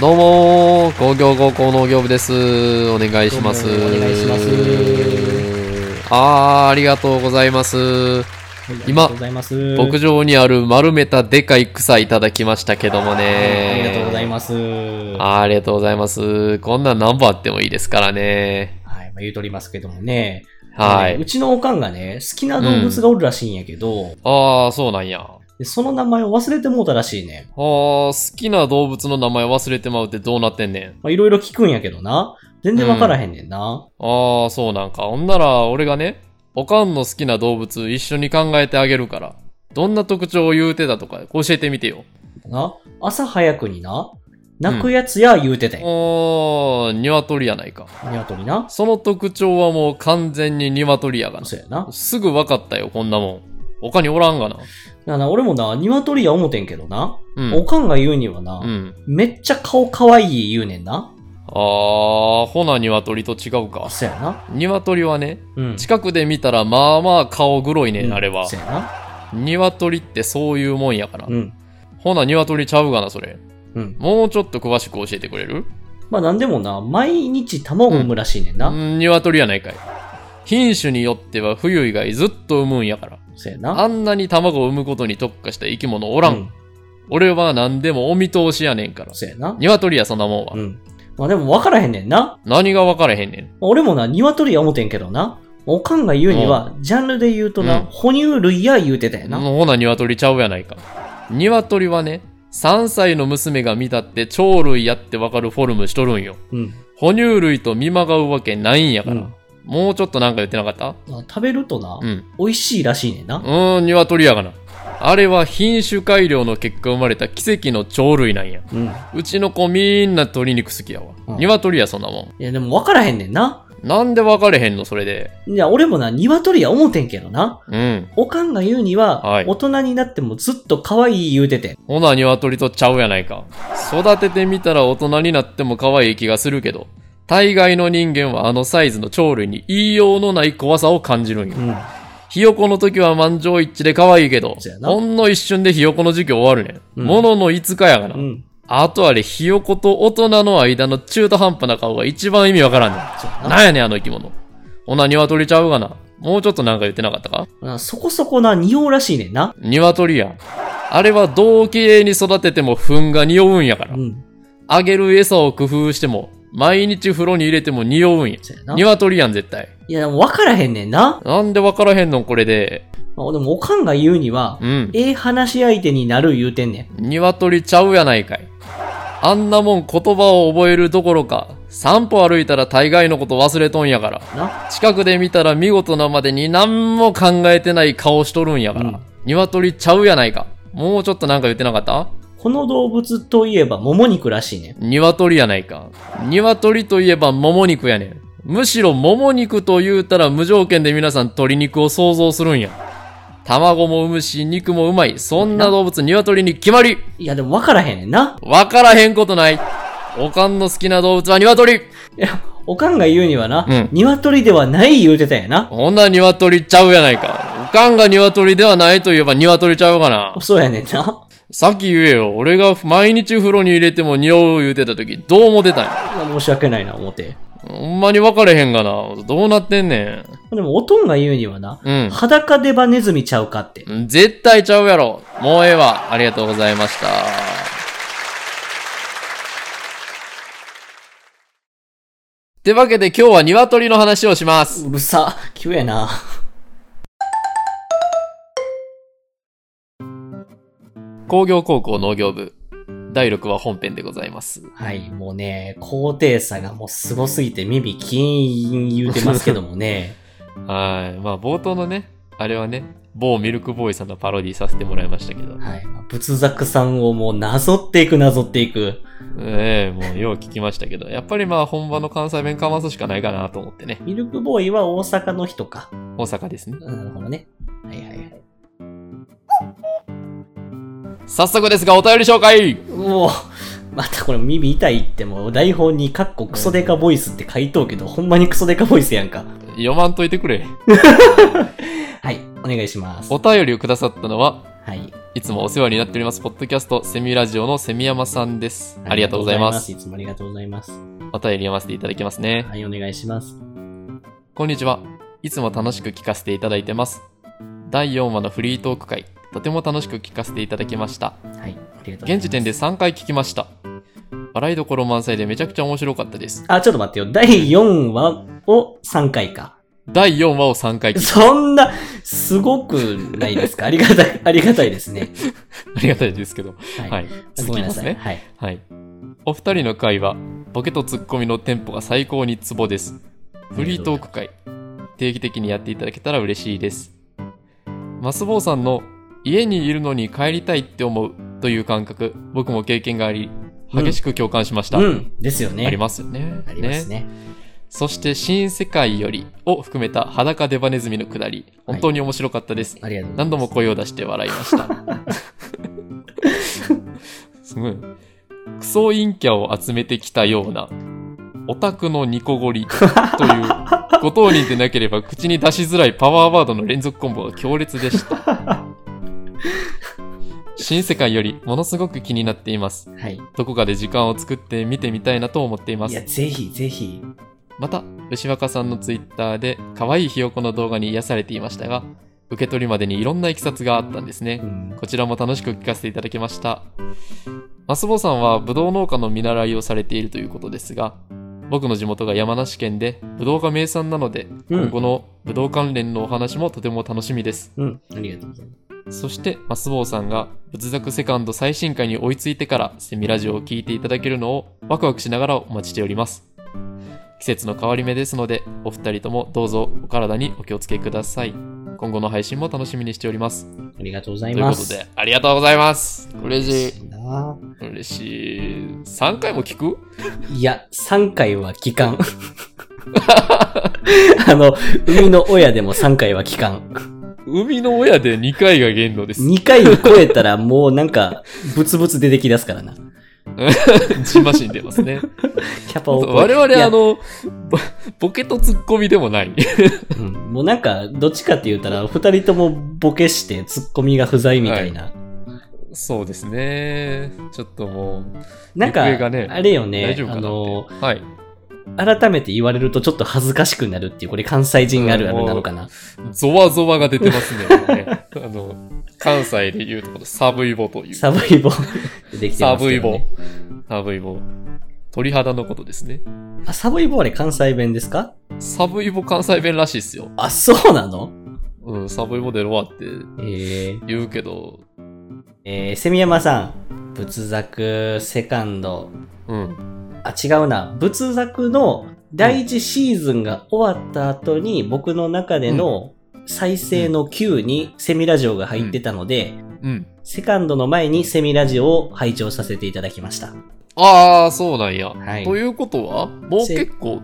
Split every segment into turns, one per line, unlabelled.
どうもー工業高校農業部ですお願いします
どうもお願いします
あーありがとうございます
はい
今
ありがとうございます。
牧場にある丸めたでかい草いただきましたけども
あり
ね
がとうございますす。は
ありがとうございますこんなん何本あってもいいですからね
い、まあ、言うとりますけどもね。
は
あのねう
い
ちのおかんがね、好きな動物がおるらしいんやけど、
ああそうなんやあ
でその名前を忘れてもうたらしいねん。
ー好きな動物の名前忘れてまうってどうなってんねん
まあ、いろいろ聞くんやけどな。全然わからへんねんな。
ああ、そうなんか。ほんなら、俺がね、おかんの好きな動物一緒に考えてあげるから、どんな特徴を言うてたとか教えてみてよ。
な朝早くにな、泣くやつや言うてたよ。
おー、鶏やないか。
鶏な。
その特徴はもう完全に鶏やが
そうやな。だ
な。
か
すぐ分かったよ、こんなもん。他におらんがな。
らな俺もな、鶏や思てんけどな。
うん。
おかんが言うにはな、
うん。
めっちゃ顔可愛い言うねんな。
あー、ほな鶏と違うか。
そうやな。
鶏はね、
うん。
近くで見たらまあまあ顔黒いね、
うん
ん、あれは
そ。うやな。
鶏ってそういうもんやから。
うん。
ほな鶏ちゃうがな、それ。
うん。
もうちょっと詳しく教えてくれる
まあなんでもな、毎日卵産むらしいねんな。
うん鶏やないかい。品種によっては冬以外ずっと産むんやから。
そうやな。
あんなに卵を産むことに特化した生き物おらん。
うん
俺は何でもお見通しやねんから。
そうやな。
鶏やそんなもんは。
うん。まあでも分からへんねんな。
何が分からへんねん。
俺もな、鶏や思てんけどな。おかんが言うには、ジャンルで言うとな、
うん
哺乳類や言うてたよな。
ほな鶏ちゃうやないか。鶏はね、3歳の娘が見たって鳥類やって分かるフォルムしとるんよ。
うん。
哺乳類と見まがうわけないんやから。
うん
もうちょっとなんか言ってなかった
まあ食べるとな、
うん。
美味しいらしいねんな。
うーん、鶏やがな。あれは品種改良の結果生まれた奇跡の鳥類なんや。
うん。いう
ちの子みんな鶏肉好きやわ。
うん
鶏やそんなも
やでも分からへんねんな。
ん。なんで分かれへんのそれで。
いや、俺もな、鶏や思てんけどな。
うん。
おかんが言うには、
はい
大人になってもずっと可愛い言うてて。
ほな鶏とちゃうやないか。育ててみたら大人になっても可愛い気がするけど、大概の人間はあのサイズの鳥類に言いようのない怖さを感じるんよ
う。ん。
ひよこの時は満場一致で可愛いけど
そうや、な
ほんの一瞬でひよこの時期終わるね。
うんん
ものの5日やがな
う。ん。
あとあれ、ひよこと大人の間の中途半端な顔が一番意味わからんね
そうや
ん。
な
なんやねん、あの生き物。ほな、鶏ちゃうがな。もうちょっとなんか言ってなかったか
うん。そこそこな、匂うらしいねんな。
鶏やん。あれは同期に育てても糞が匂うんやから
う。ん。
あげる餌を工夫しても、毎日風呂に入れても匂うんや。
そうやな。
鶏やん、絶対。
いや、でも分からへんねんな。
なんでわからへんのん、これで。
まあ、でも、おかんが言うには、
うん。
ええ話し相手になる言うてんねん。
鶏ちゃうやないかい。あんなもん言葉を覚えるどころか、散歩歩いたら大概のこと忘れとんやから。
な。
近くで見たら見事なまでに何も考えてない顔しとるんやから、
うん
鶏ちゃうやないかもうちょっとなんか言ってなかった
この動物といえば、もも肉らしいねん。
鶏やないか鶏といえばもも肉やねんむしろもも肉と言うたら無条件で皆さん鶏肉を想像するんや卵も産むし肉もうまいそんな動物鶏に決まり
いや、でも分からへんねんな。
わからへんことないおかんの好きな動物は鶏
おかんが言うにはな、
うん
鶏ではない言うてたんやな。
ほんな鶏ちゃうやないかおかんが鶏ではないといえば鶏ちゃうかな
そうやねんな。
さっき言えよ。俺が毎日風呂に入れても匂う言うてた時、どう思ってたんや。
いや申し訳ないな、思って。
ほんまに分かれへんがな。どうなってんね
でも、おとんが言うにはな、
ん。
裸でばネズミちゃうかって。
うん。絶対ちゃうやろ。もうええわ。ありがとうございました。てわけで今日は鶏の話をします。
うるさ。急やな。
工業高校農業部。第6話本編でございます。
はい、もうね、高低差がもうすごすぎて耳キーン言うてますけどもね。
はい。まあ冒頭のね、あれはね、某ミルクボーイさんのパロディさせてもらいましたけど。
はい。仏作さんをもうなぞっていくなぞっていく。
ええもうよう聞きましたけど、やっぱりまあ本場の関西弁かますしかないかなと思ってね、
ミルクボーイは大阪の人か。
大阪ですね。
なるほどね。はいはいはい。
早速ですが、お便り紹介
もう、またこれ耳痛いってもう台本にカッコクソデカボイスって書いとうけど、ほんまにクソデカボイスやんか。
読まんといてくれ。
はい、お願いします。
お便りをくださったのは、
はい。
いつもお世話になっております、ポッドキャスト、セミラジオのセミヤマさんです。ありがとうございます。
いつもありがとうございます。
お便り読ませていただきますね。
はい、お願いします。
こんにちは。いつも楽しく聞かせていただいてます。第4話のフリートーク会、とても楽しく聞かせていただきました。
はい、ありがとうございます。
現時点で。3回聞きました。笑いどころ満載でめちゃくちゃ面白かったです。
あ、ちょっと待ってよ。第4話を3回か。
第4話を3回聞き、
そんな、すごくないですかありがたい、ありがたいですね。
ありがたいですけど。
はい。
はい。続
ごめ
き
んな
ます
さい。
ね。
はい。
はい。お二人の会話、ボケとツッコミのテンポが最高にツボです。フリートーク会、定期的にやっていただけたら嬉しいです。マスボウさんの家にいるのに帰りたいって思うという感覚、僕も経験があり、
うん
激しく共感しました。
うん。ですよね。
ありますよね。
ありますね。
そして、新世界よりを含めた裸デバネズミのくだり、本当に面白かったです。
ありがとうござい
何
ます。
度も声を出して笑いました。すごい。クソ陰キャを集めてきたような、オタクのニコゴリという、ご当人でなければ口に出しづらいパワーワードの連続コンボが強烈でした。新世界よりものすごく気になっています。
はい。
どこかで時間を作って見てみたいなと思っていま
い
す
や、。ぜひ、ぜひ。
また、牛若さんのツイッターで可愛いひよこの動画に癒されていましたが、受け取りまでにいろんな経緯があったんですね
う。ん。
こちらも楽しく聞かせていただきました。マスボさんはブドウ農家の見習いをされているということですが、僕の地元が山梨県で、ブドウが名産なので、
うん
今後のブドウ関連のお話もとても楽しみです。
うん。ありがとうございます。
そして、マスボさんが、仏作セカンド最新回に追いついてから、セミラジオを聞いていただけるのをワクワクしながらお待ちしております。季節の変わり目ですので、お二人ともどうぞお体にお気をつけください。今後の配信も楽しみにしております。
ありがとうござい
という
ま
こ
す。
とで、ありがとうございます。嬉しい。
いな
嬉しい。3回も聞く
いや、3回は 期間。あの、海の親でも3回は期間。
海の親で2回が限度です。
2回超えたらもうなんか、ブツブツ出てき出すからな。
じましんでます ね。
キャパを超え
我
い
々、
や
あの、ボボケとツッコミでもない。
うんもうなんか、どっちかって言ったら、2人ともボケしてツッコミが不在みたいな。
そうですね。ちょっとも
なんか、
行方がね
あれよね、
大丈夫か
あ
なって
の、
う、はい。
改めて言われるとちょっと恥ずかしくなるっていう、これ関西人あるあるなのかな。
ゾワゾワが出てますね。もう ねあの、関西で言うところ、サブイボという。
サブイボ 出てきて
サ
ますけど、ね。
ブイボ。サブイボ。鳥肌のことですね。
あ、サブイボあれ関西弁ですか
サブイボ関西弁らしいっすよ。
あ、そうなの
うん、サブイボでロアって
えー、
言うけど、
えー、セミヤマさん、仏作セカンド、
うん。
あ、違うな、仏作の第一シーズンが終わった後に、僕の中での再生の Q にセミラジオが入ってたので、
うん。
セカンドの前にセミラジオを拝聴させていただきました。
ああ、そうなんや。
はい
ということは、もう
せ
結構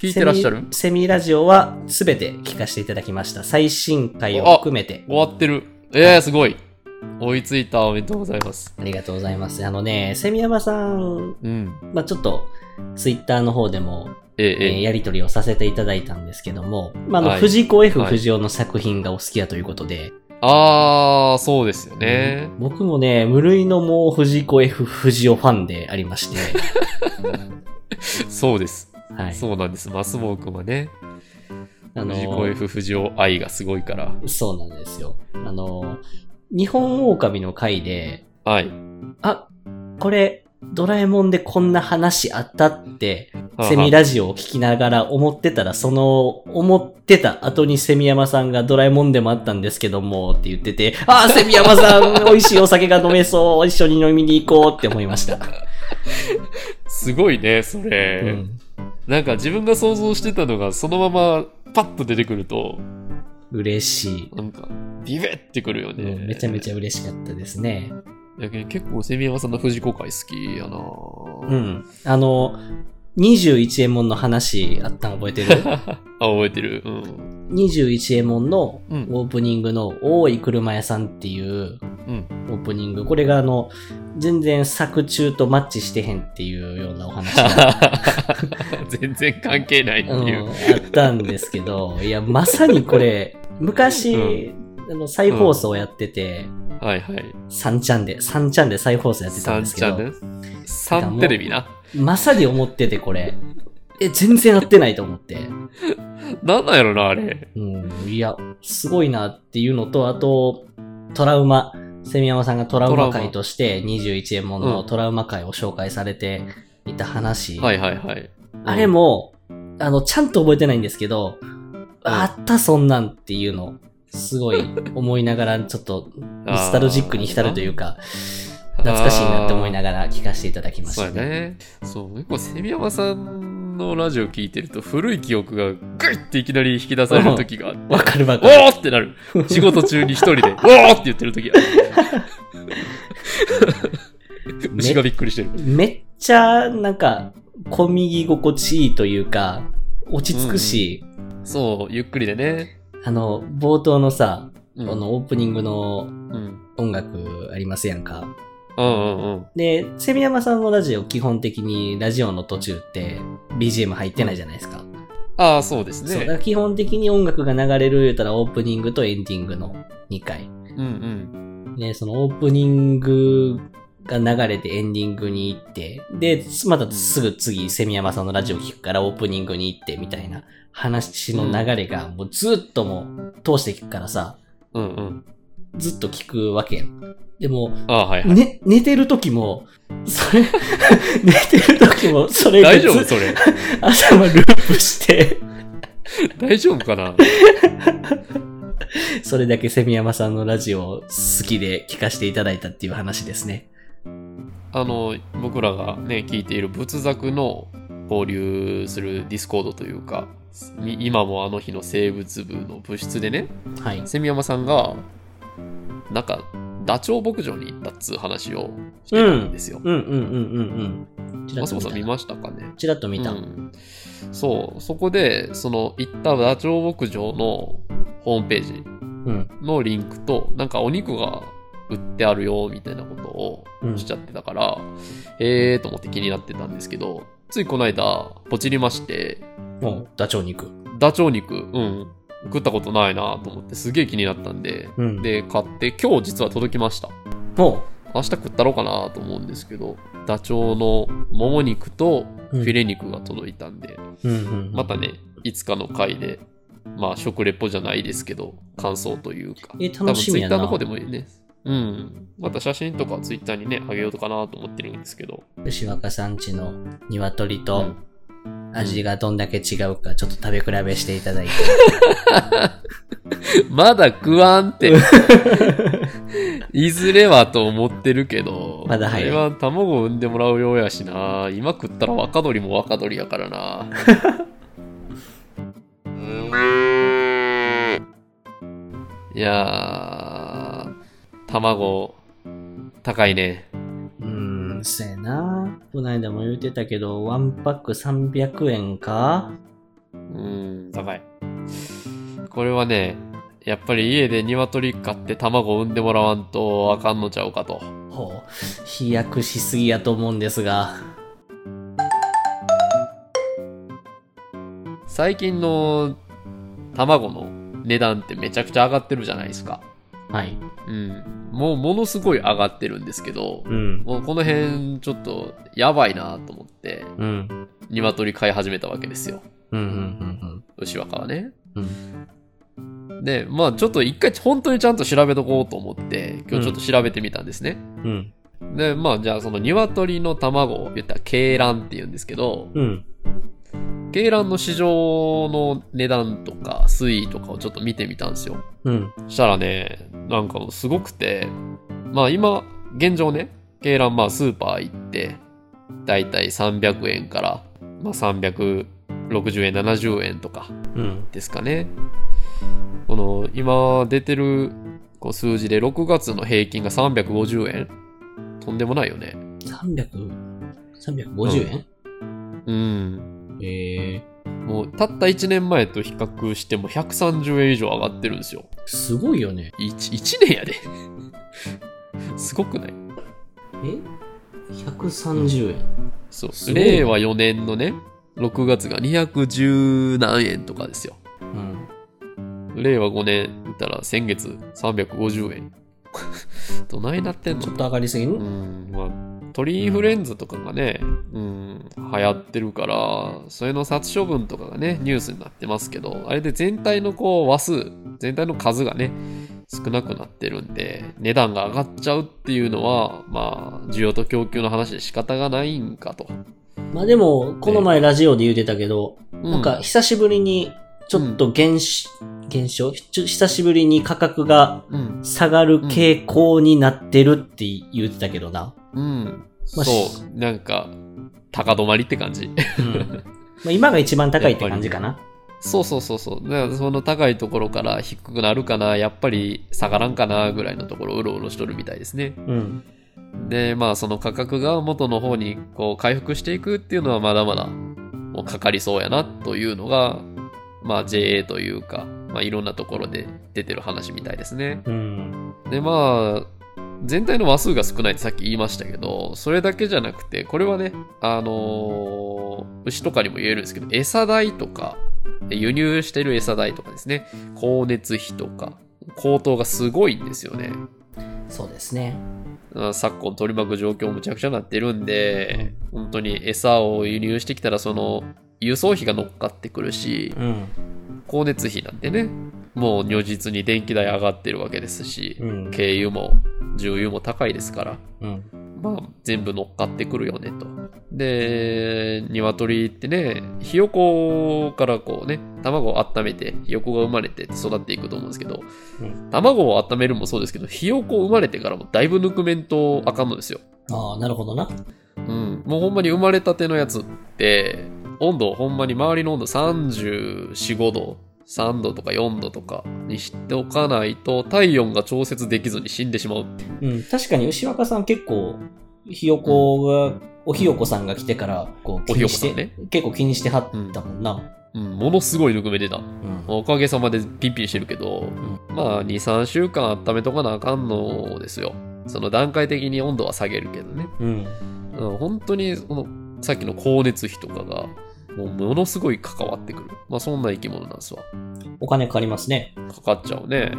聞いてらっしゃる
セミセミラジオはすべて聞かせていただきました。最新回を含めて。
終わってる。ええー、すごい。追いついた。おめでとうございます。
ありがとうございます。あのね、セミヤマさん、
うん。
まあ、ちょっと、ツイッターの方でも
ええ
えー
ええ
やり取りをさせていただいたんですけども、まあ、あの、
はい
藤子 F
はい
不二雄の作品がお好きだということで、
ああ、そうですよね。
僕もね、無類のもう藤子 F 不二雄ファンでありまして、
そうです。
はい。
そうなんです。マスボウ君はね、
あの
藤子 F 不二雄愛がすごいから。
そうなんですよ。あの、日本狼の回で、
はい。
あ、これ、ドラえもんでこんな話あったって、
はあ
セミラジオを聞きながら思ってたら、その、思ってた後にセミヤマさんがドラえもんでもあったんですけども、って言ってて、ああ、セミヤマ さん、美味しいお酒が飲めそう、一緒に飲みに行こうって思いました。
すごいね、それ、
うん。
なんか自分が想像してたのが、そのままパッと出てくると、
嬉しい。
なんか、ビビってくるよね。
うんめちゃめちゃ嬉しかったですね。
だけど結構セミヤマさんの藤子会好きやなぁ
うん。あの、21エモンの話あったの覚え てる
あ、覚えてる。うん。
?21 エモンの
うん
オープニングの多い車屋さんっていう
うん。
オープニング。これがあの、全然作中とマッチしてへんっていうようなお話が、
全然関係ないって
う ん、
いう。
あったんで すけど、いや、まさにこれ、昔、あの再放送やってて、
はいはい。
3ちゃんで、3ちゃんで再放送やってた
三
んですけ
チャ
ど
ン、ネル三テレビな。
まさに思っててこれ、え、全然合ってないと思って。
なんなんやろな、あれ。
うん、いや、すごいなっていうのと、あと、トラウマ。セミヤマさんがトラウマ会として21円ものの
うん
トラウマ会を紹介されていた話。
はいはいはい。
あれも、あの、ちゃんと覚えてないんですけど、あったそんなんっていうの、すごい 思いながら、ちょっと、ノスタルジックに浸るというか、懐かしいなって思いながら聞かせていただきまし
そう
た
や。ね。そう、結構、セミヤマさんのラジオ聞いてると、古い記憶がグイっていきなり引き出される時があって、
わかる わ
お
かる。
ーってなる。仕事中に一人で、お ーって言ってる時 がある。
め
牛がびっくりしてる。
めっちゃ、なんか、小右心地いいというか、落ち着くし、
そう、ゆっくりでね。
あの、冒頭のさ、
うん
このオープニングの
うん。うん
音楽ありますやんか。
うんうん。
で、セミヤマさんのラジオ、基本的にラジオの途中って BGM 入ってないじゃないですか。
ああ、そうです
そう、だ
ね。
から基本的に音楽が流れる言うたらオープニングとエンディングの2回。
うんうん。
ね、そのオープニングが流れてエンディングに行って、で、すまたすぐ次、セミヤマさんのラジオ聞くからオープニングに行ってみたいな話の流れがもうずっともう通して聞くからさ、
うんうん。
ずっと聞くわけやん。でも、
ああ、はいはい。
ね、寝てる時も、それ、 寝てる時も、それ
大丈夫
ず
それ。
朝はループして、
大丈夫かな
それだけセミヤマさんのラジオを好きで聞かせていただいたっていう話ですね。
あの、僕らがね、聞いている仏作の交流するディスコードというか、み今もあの日の生物部の部室でね、
はい。
セミヤマさんが、なんか、ダチョウ牧場に行ったっつう話をして
う
た
ん。
んですよ。
うんうんうんうんうん。ちら
マ
っ
ス
と
コさ
見
ん
た
見
な。
ましたかね
ちらっと見た。
うんそう、そこで、その、行ったダチョウ牧場のホームページ
うん。
のリンクと、なんかお肉が売ってあるよ、みたいなことを
うん
しちゃってたから、えーと思って気になってたんですけど、ついこの間、ポチりまして、
もう、ダチョウ肉。
ダチョウ肉、うん、食ったことないなと思って、すげえ気になったんで、
うん。、
で、買って、今日実は届きました。
も
明日食ったろうかなと思うんですけど、ダチョウのもも肉とフ
うん
ィレ肉が届いたんで、
う、うんうん。
またね、いつかの回で、まあ、食レポじゃないですけど、感想というか、
え、
多分
楽し
ツ
み
イッ
や
ター
な。
の方でもいいね。うん。また写真とかツイッターにね、あげようかなと思ってるんですけど。
牛若さんちの鶏
う
と
ん
味がどんだけ違うか、ちょっと食べ比べしていただいて。
まだ食わん って。いずれはと思ってるけど。
まだ
こ
早い
れは卵を産んでもらうようやしな。今食ったら若鳥も若鳥やから な。いやー、卵、高いね。
うーん、せやな。こないだも言うてたけど、ワンパック300円か
うん、高い。これはね、やっぱり家で鶏飼って卵を産んでもらわんとあかんのちゃうかと。
ほう、飛躍しすぎやと思うんですが。
最近の卵の値段ってめちゃくちゃ上がってるじゃないですか。
はい。
うん。もうものすごい上がってるんですけど、
うん。
もうこの辺ちょっとやばいなと思って
うん。
鶏飼い始めたわけですよ。
うん、うん、うん、
牛若はね。
うん。
で、まあちょっと一回本当にちゃんと調べとこうと思って、今日ちょっと調べてみたんですね。
うん。
で、まあじゃあその鶏の卵を言ったら鶏卵って言うんですけど、
うん。
鶏卵の市場の値段とか推移とかをちょっと見てみたんですよ。
うん。
したらね、なんかすごくて、まあ今、現状ね、鶏卵まあスーパー行って、だいたい300円から、まあ360円、70円とか
うん。
ですかね。この今出てるこう数字で6月の平均が350円。とんでもないよね。
300、350円、
うん。
ええ
もうたった1年前と比較しても130円以上上がってるんですよ。
すごいよね。
1, 1年やで。 すごくない
え ?130 円。
そう。
すごい
令和4年のね、6月が210何円とかですよ。
うん。
令和5年だったら先月350円。 どないなってん
ちょっ
の
と上がりすぎ
うんん、まあ、鳥インフルエンザとかがね、うん、流行ってるから、それの殺処分とかがね、ニュースになってますけど、あれで全体のこう、話数、全体の数がね、少なくなってるんで、値段が上がっちゃうっていうのは、まあ、需要と供給の話で仕方がないんかと。
まあでも、この前ラジオで言ってたけど、なんか久しぶりに、ちょっと減少、減少ちょ久しぶりに価格が
うん、
下がる傾向になってるって言ってたけどな。
うん、
まあ
そう、なんか、高止まりって感じ。
うんまあ今が一番高いって感じかな。
そうそうそうそう。だからその高いところから低くなるかな、やっぱり下がらんかなぐらいのところをうろうろしとるみたいですね。
うん。
で、まあその価格が元の方にこう回復していくっていうのはまだまだもうかかりそうやなというのが、まあ JA というか、まあいろんなところで出てる話みたいですね。
うん。
で、まあ、全体の話数が少ないってさっき言いましたけど、それだけじゃなくて、これはね、あのー牛とかにも言えるんですけど、餌代とか、輸入してる餌代とかですね、光熱費とか、高騰がすごいんですよね。
そうですね。
あ昨今取り巻く状況むちゃくちゃなってるんで、本当に餌を輸入してきたら、その、輸送費が乗っかってくるし、
うん。
光熱費なんてね、もう如実に電気代上がってるわけですし、
うん。
軽油も重油も高いですから、
うん。
まあ、全部乗っかってくるよねと。で、鶏ってね、ひよこからこうね、卵を温めて、ひよこが生まれて育っていくと思うんですけど、
うん
卵を温めるもそうですけど、ひよこ生まれてからもだいぶぬくめんとあかんのですよ。
ああ、なるほどな。
うん。もうほんまに生まれたてのやつって、温度ほんまに周りの温度34、5度、3度とか4度とかにしておかないと、体温が調節できずに死んでしまう
うん。確かに牛若さん結構、ひよこが、おひよこさんが来てから、こう、
お
気
ひよこ
にし
さん
て、
ね
結構気にしてはったもんな。
うん、ものすごいぬくめ出た。
うん。
おかげさまでピンピンしてるけど、まあ、2、3週間温めとかなあかんのですよ。その段階的に温度は下げるけどね。
うん。
うん、本当に、この、さっきの光熱費とかが、もうものすごい関わってくる。まあ、そんな生き物なんですわ。
お金かかりますね。
かかっちゃうね。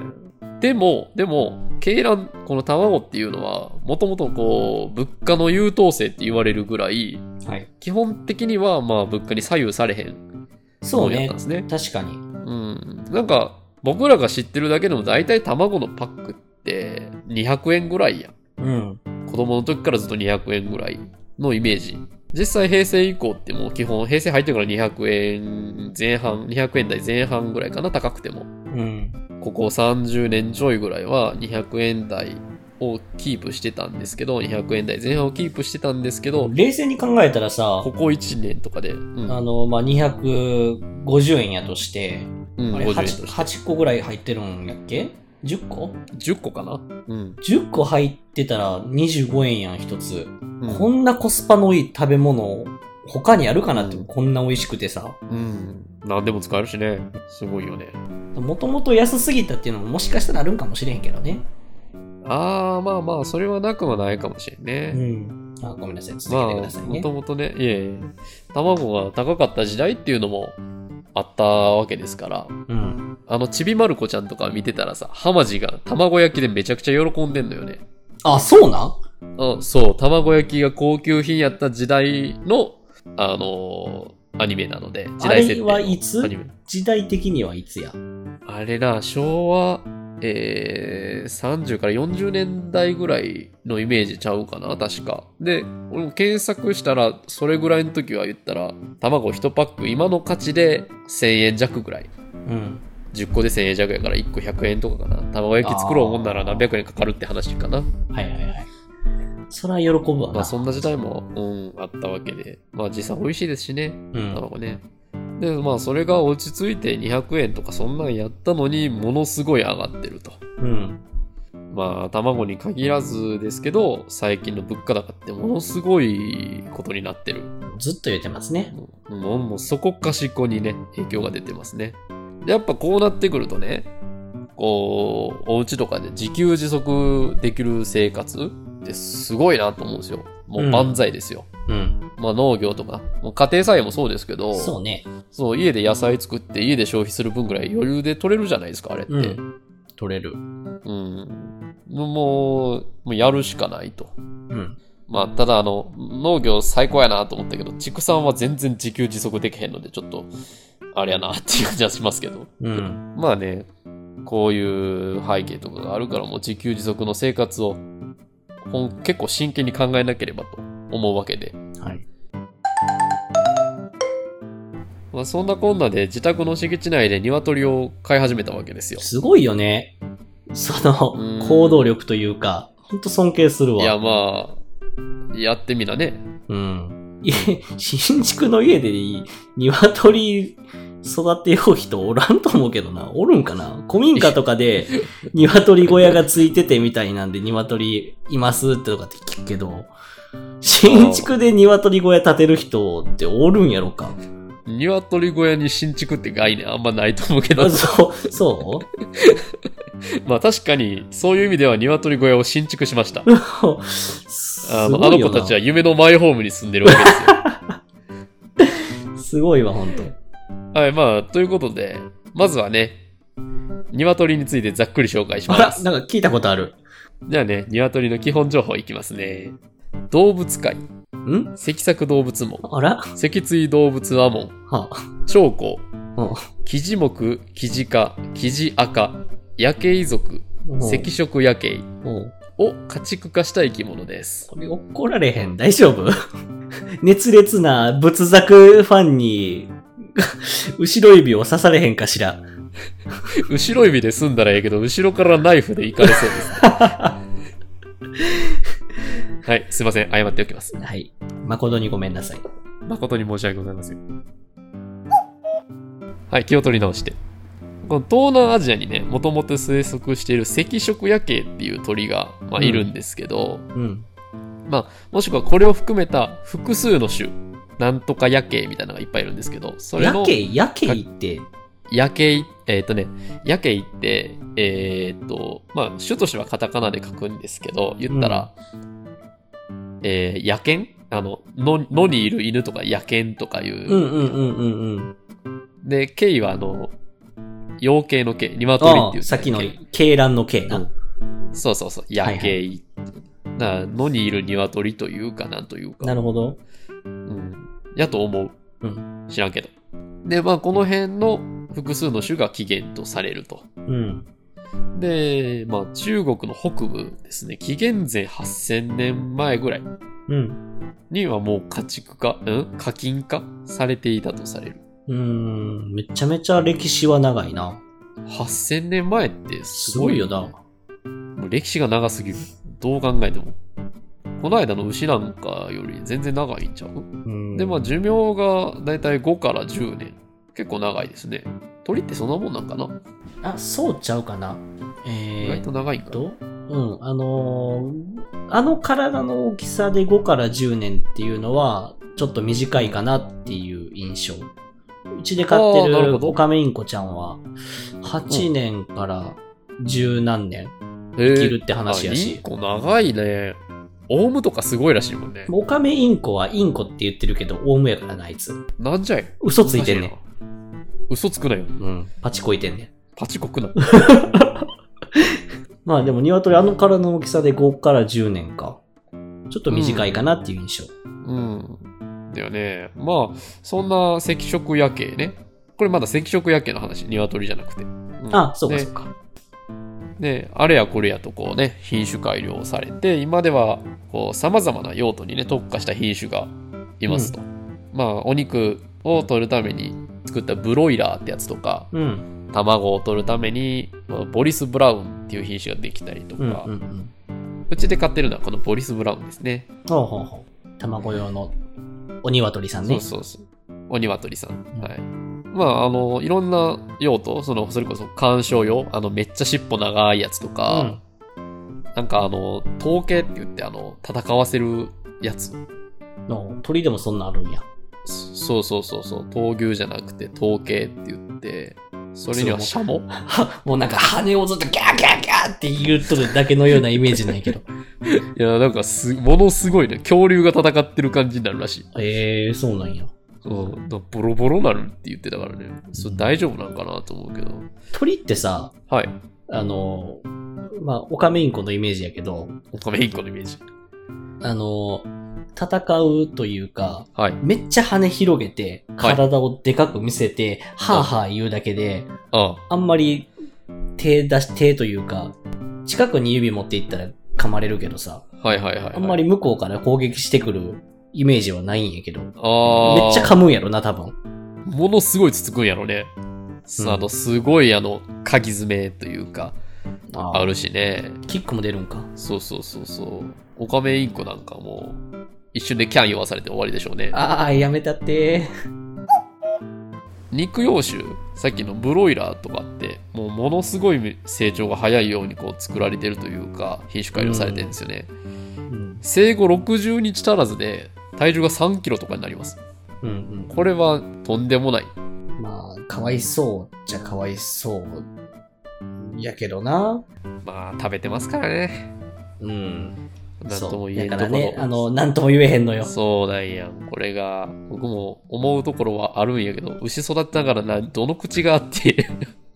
でも、でも、鶏卵、この卵っていうのは、もともとこう、物価の優等生って言われるぐらい、
はい。
基本的には、まあ、物価に左右されへん
そ
も
うん
やったん
ね
で。すね。
確かに。
うん。なんか、僕らが知ってるだけでも大体卵のパックって200円ぐらいやん。
うん。
子供の時からずっと200円ぐらいのイメージ。実際平成以降ってもう基本、平成入ってから200円前半、200円台前半ぐらいかな、高くても。
うん。
ここ30年ちょいぐらいは200円台をキープしてたんですけど、200円台前半をキープしてたんですけど、
冷静に考えたらさ、
ここ1年とかで、うん、
あの、まあ、250円やとして、
うん、
あれ
50円
8,
として。
8個ぐらい入ってるんやっけ ?10 個
10個かなうん。
?10 個入ってたら25円やん、一つ。
うん
こんなコスパのいい食べ物、他にあるかなって、
うん
こんな美味しくてさ。
うん。何でも使えるしね。すごいよね。
もともと安すぎたっていうのももしかしたらあるんかもしれへんけどね。
ああ、まあまあ、それはなくはないかもしれん
う
ね。
ん。あ、ごめんなさい。続
ま
けてくだ
あ、
さい
も
ね
と。もとね、いえいえ、卵が高かった時代っていうのもあったわけですから、
うん。
あの、ちびまる子ちゃんとか見てたらさ、ハマジが卵焼きでめちゃくちゃ喜んでんのよね。
あ、そうなん
うん、そう、卵焼きが高級品やった時代の、あのーアニメなので、時代設定の
あれはいつ
アニメ
時代的にはいつや
あれな、昭和、えー、30から40年代ぐらいのイメージちゃうかな、確か。で、俺も検索したら、それぐらいの時は言ったら、卵1パック、今の価値で1000円弱ぐらい。
うん。
10個で1000円弱やから1個100円とかかな。卵焼き作ろうもんなら何百円かかるって話かな。
はいはいはい。それは喜ぶわ
ま
な
あ。そんな時代も、うん、あったわけで。まあ実際美味しいですしね。
うん。
卵ね。で、まあそれが落ち着いて200円とかそんなんやったのに、ものすごい上がってると。
うん。
まあ、卵に限らずですけど、最近の物価高ってものすごいことになってる。
ずっと言ってますね。
もう、もうもうそこかしこにね、影響が出てますね。やっぱこうなってくるとね、こう、お家とかで自給自足できる生活ってすごいなと思うんですよ。もう万歳ですよ。
うん。
まあ農業とか、もう家庭菜園もそうですけど、
そうね。
そう、家で野菜作って家で消費する分ぐらい余裕で取れるじゃないですか、あれって。
うん。取れる。
うん。もう、もうやるしかないと。
うん。
まあ、ただあの、農業最高やなと思ったけど、畜産は全然自給自足できへんので、ちょっと、あれやなっていう感じはしますけど。
うん。
まあね、こういう背景とかがあるから、もう自給自足の生活を、ほん結構真剣に考えなければと思うわけで。
はい。
まあ、そんなこんなで自宅の敷地内で鶏を飼い始めたわけですよ。
すごいよね。その
うん、
行動力というか、ほんと尊敬するわ。
いや、まあ、やってみなね。
うん。いえ 新築の家でいい鶏育てよう人おらんと思うけどな。おるんかな古民家と かで鶏小屋がついててみたいなんで鶏いますってとかって聞くけど、新築で鶏小屋建てる人っておるんやろか。
鶏小屋に新築って概念あんまないと思うけど
あ、そう、そう
まあ確かにそういう意味では鶏小屋を新築しました。あ
あ
のあの子たちは夢のマイホームに住んでるわけ ですよ。
すごいわ、ほんと。
はい、まあ、ということで、まずはね、鶏についてざっくり紹介し
あ
ま
ら、
す。
なんか聞いたことある。
じゃあね、鶏の基本情報いきますね。動物界、
ん
脊索動物門、
あら
脊椎動物亜門、
は
長江、
うん
キジ目、キジ科、キジ赤、野鶏族、赤色野鶏
おう
を家畜化した生き物です。
これ怒られへん。大丈夫 熱烈な仏作ファンに、 後ろ指を刺されへんかしら。
後ろ指で済んだらええけど、後ろからナイフでいかれそうです、 ね。はい、すいません。謝っておきます。
はい。誠にごめんなさい。
誠に申し訳ございません。はい、気を取り直して。この東南アジアにね、もともと生息している赤色野鶏っていう鳥が、まあ、いるんですけど、
うん。
もしくはこれを含めた複数の種、なんとか野鶏みたいなのがいっぱいいるんですけど、それ
や
の
けい、やけいって、
野鶏、えっ、とね、野鶏って、えっ、と、まあ、種としてはカタカナで書くんですけど、言ったら、えー野犬あの、野野にいる犬とか野犬とかいうう、
んうんうんうんうん。
で、鶏はあの、養鶏の鶏、鶏っていう
あ
んで
あ、
すね、
さっきの
鶏、
鶏卵の鶏な。
そうそうそう、野
はいはい
鶏。な野にいる鶏というかなんというか。
なるほど。
うん。やと思う。
う
知らんけど。で、まあ、この辺の複数の種が起源とされると。
うん。
で、まあ、中国の北部ですね、紀元前8000年前ぐらい
うん。
にはもう家畜化、うん課金化されていたとされる。
うーん。めちゃめちゃ歴史は長いな。
8000年前ってす
す
ご
ご
い
い
よ
よ
な。
な。
もう歴史が長すぎる。どう考えても。この間の牛なんかより全然長いんちゃう
うん。
で、まあ、寿命がだいたい5から10年。結構長いですね。鳥ってそんなもんなんかな
あ、そうちゃうかな。
意
えー
外と長いん
え
か
っ
な。
とうん、あのーあの体の大きさで5から10年っていうのは、ちょっと短いかなっていう印象。うちで飼って
あーなるほ
る
ど
オカメインコちゃんは、8年から10何年生きるって話や
あイン
し。
コ長いね。オウムとかすごいらしいもんね。
オカメインコはインコって言ってるけど、オウムやからな、あいつ。
なんじゃい
嘘ついてんねん。
おかしいな嘘つくなよ。
うん、パチこいてんねん。
パチコくな。
まあでも、鶏あの体の大きさで5から10年か。ちょっと短いかなっていう印象。
うん。だよね。まあ、そんな赤色夜景ね。これまだ赤色夜景の話、鶏じゃなくて。うん
あ、そうか、
で
そうか。
ね、あれやこれやとこうね、品種改良されて、今ではこう様々な用途にね、特化した品種がいますと。まあ、お肉を取るために作ったブロイラーってやつとか、
うん、
卵を取るために、まあボリス・ブラウンっていう品種ができたりとか、
うん、うん、うん。
うちで買ってるのはこのボリス・ブラウンですね。
ほうほうほう。卵用のお鶏さんね。
そうそうそう。お鶏さん。
ん
はい。まあ、あの、いろんな用途、その、それこそ観賞用、あの、めっちゃ尻尾長いやつとか、なんかあの、統計って言って、あの、戦わせるやつ。
うんの鳥でもそんなんあるんや。
そそうそうそうそう、闘牛じゃなくて統計って言って、それにはシャモ
もうなんか羽をずっとギャーギャーギャーって言っとるだけのようなイメージないけど。
いや、なんかす、ものすごいね、恐竜が戦ってる感じになるらしい。
ええー、そうなんや。
うん、だボロボロなるって言ってたからね、それ大丈夫なんかなと思うけど。
鳥ってさ、
はい。
あの、まあ、オカメインコのイメージやけど、
オカメインコのイメージ。
あの、戦うというか、
はい。
めっちゃ羽広げて、
はい
体をでかく見せて、はぁはぁ言うだけで、
あ
あんまり手出し、手というか、近くに指持っていったら噛まれるけどさ、
あ。はいはいはい、はい。
あんまり。向こうから攻撃してくるイメージはないんやけど、めっ
ああ。
ちゃ噛むんやろな、多分。
ものすごいつつくんやろね。
うん
さあの、すごいあの、鍵詰めというか、
あ
あるしね。
キックも出るんか。
そうそうそうそう。オカメインコなんかもう、一瞬でキャン言わされて終わりでしょうね。
ああ、やめたって。
肉用種、さっきのブロイラーとかって、もうものすごい成長が早いようにこう作られてるというか、品種改良されてるんですよね。
うん。
生後60日足らずで、体重が3キロとかになります。
うん
これはとんでもない。
うん。まあ、かわいそうじゃかわいそう。やけどな。
まあ、食べてますからね。
うん。
なん
そう
とも言えん
だ
と
か
こ
ら
ろ。
ね、あの、なんとも言えへんのよ。
そうなんやん。これが、僕も思うところはあるんやけど、牛育てながらな、どの口があって、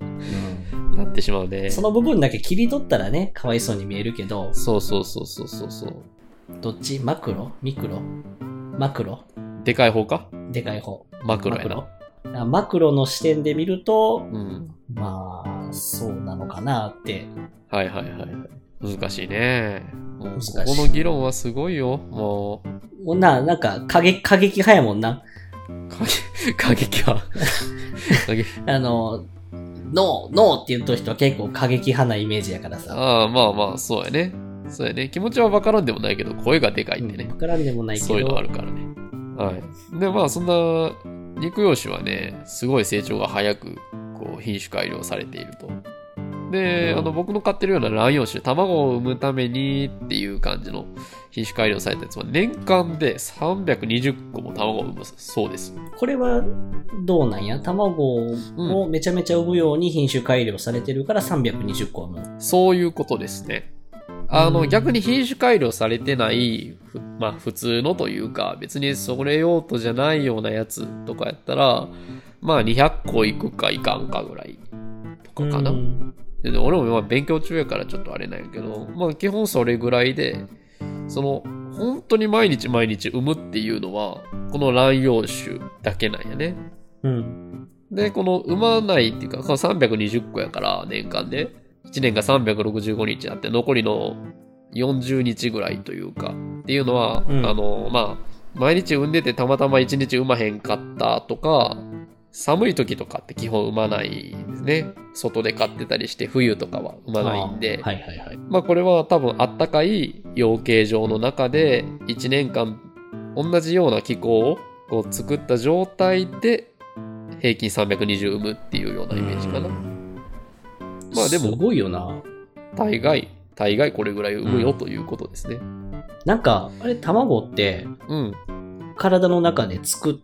なってしまうね。
その部分だけ切り取ったらね、かわいそうに見えるけど、
そうそうそうそうそうそう。
どっちマクロミクロマクロ
でかい方か
でかい方。
マクロやな。
マクロあマクロの視点で見ると、
うん。
まあ、そうなのかなって。
はいはいはい。難しいね。もう
難しい
ここの議論はすごいよ。もう、
もうな、なんか、過激、過激派やもんな。
過激 過激は。過激
あの、ノー、ノーって言うと人は結構過激派なイメージやからさ。
ああ、まあまあ、そうやね。そうやね。気持ちはわからんでもないけど、声がでかいってね。
わからんでもないけど。
そういうのあるからね。はい。で、まあ、そんな、肉用種はね、すごい成長が早く、こう、品種改良されていると。で、
うん
あの、僕の買ってるような卵用種、卵を産むためにっていう感じの品種改良されたやつは、年間で320個も卵を産むそうです。
これは、どうなんや卵をめちゃめちゃ産むように品種改良されてるから320個はもう。
そういうことですね。あの、
うん
逆に品種改良されてない、ふまあ普通のというか、別にそれ用途じゃないようなやつとかやったら、まあ200個いくかいかんかぐらいとかかな。
うん
で俺もまあ勉強中やからちょっとあれなんやけど、まあ基本それぐらいで、その、本当に毎日毎日産むっていうのは、この乱用種だけなんやね。
うん。
で、この産まないっていうか、この320個やから、年間で、1年が365日あって、残りの40日ぐらいというか、っていうのは、
うん
あの、まあ、毎日産んでてたまたま1日産まへんかったとか、寒い時とかって基本産まないですね。外で飼ってたりして、冬とかは産まないんで、
あーはいはいはい。
まあこれは多分あったかい養鶏場の中で1年間同じような気候をこう作った状態で平均320産むっていうようなイメージかな。まあですも
ごいよな。
大概、大概これぐらい産むよということですね。
なんか、あれ、卵って、
うん、
体の中で作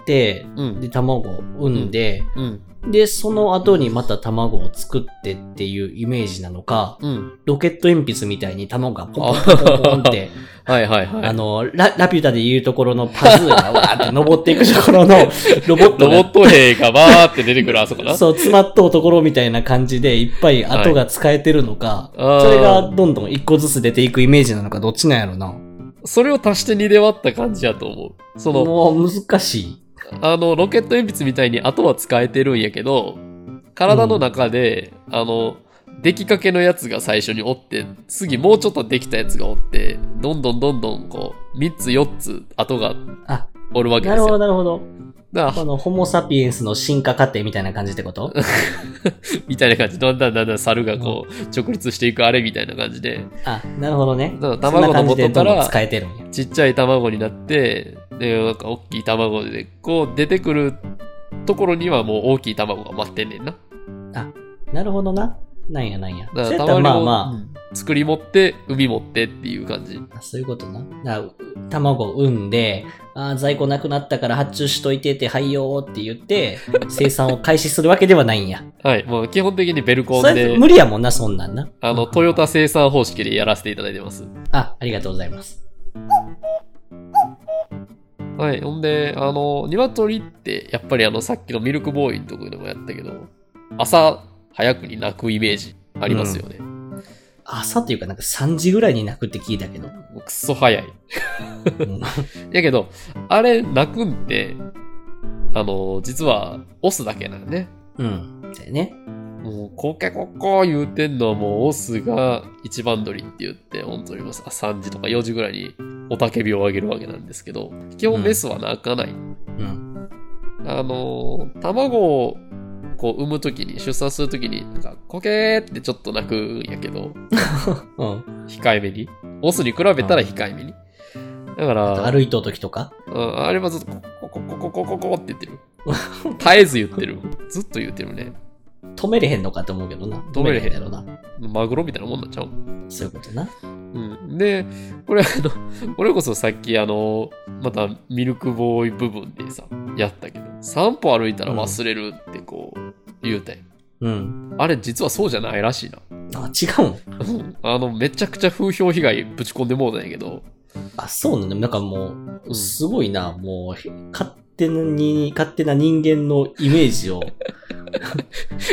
って、
うん、
で、卵を産んで、
うん、
で、その後にまた卵を作ってっていうイメージなのか、
うん。
ロケット鉛筆みたいに卵がポンポンポンポンって、
はいはい は
あ
い。
の、ララピュタで言うところのパズーがわーって登っていくところ のロボット
ロボッ
が、
ト兵がバーって出てくるあそこな。
そう、詰まっとうところみたいな感じでいっぱい跡が使えてるのか、
あー
それがどんどん一個ずつ出ていくイメージなのかどっちなんやろな。
それを足して2で割った感じやと思う。その、
もう難しい。
あの、ロケット鉛筆みたいに後は使えてるんやけど、体の中で、あの、出来かけのやつが最初におって、次もうちょっとできたやつがおって、どんどんどんどんこう、3つ4つ後が
あ、
おるわけ
な
です
るほど、
よ。
なるほど。
だか
こ
ら
のホモ・サピエンスの進化過程みたいな感じってこと
みたいな感じ、どんだんだんだん猿がこう、直立していくあれみたいな感じで、
あ、なるほどね。
だから卵の元から
そんな感じでどんどん使えてるんや。
ちっちゃい卵になって、で、なんか大きい卵で、こう出てくるところにはもう大きい卵が待ってんねんな。
なるほどな。なんやなんや。そ
だ
う
か
や
ら
った
たま
らま
に
あ
を
ま
うん作り持って、海持ってっていう感じ。
あ、そういうことな。だから卵を産んで、あー在庫なくなったから発注しといてて、はいよーって言って、生産を開始するわけではないんや。
はい、もう基本的にベルコ
そ
ン
れ
で、
無理やもんな、そんなんな。
あの、トヨタ生産方式でやらせていただいてます。
あ、ありがとうございます。
はい、ほんで、あの、鶏って、やっぱりあの、さっきのミルクボーイのところでもやったけど、朝早くに鳴くイメージありますよね。
朝というかなんか3時ぐらいに泣くって聞いたけど。
クソ早い。
うん
やけど、あれ、泣くんで、あの、実は、オスだけなんね。
うん。だよね。
もう、こけこっこ言うてんのはもう、オスが一番乗りって言って、本当にもうあ3時とか4時ぐらいに、おたけびをあげるわけなんですけど、基本メスは泣かない。
うん。
あの、卵を、こう、産むときに、出産するときに、なんか、こけーってちょっと泣くんやけど、
うん。
控えめに。オスに比べたら控えめに。だから、
歩いとう時とか。
うん、あれはずっとコココココココって言ってる。絶えず言ってる。ずっと言ってるね。
止めれへんのかと思うけどな。
止めれへん
やろな。
マグロみたいなもんなんちゃう
そういうことな。
うん。で、これあの、これこそさっきあの、またミルクボーイ部分でさ、やったけど、散歩歩いたら忘れるってこう、言うて。
うん。
あれ実はそうじゃないらしいな。
あ、違うん。
うん あの、めちゃくちゃ風評被害ぶち込んでもうたんやけど、
あ、そうなんだ。なんかも
うん
う、すごいな。もう、勝手に、勝手な人間のイメージ を。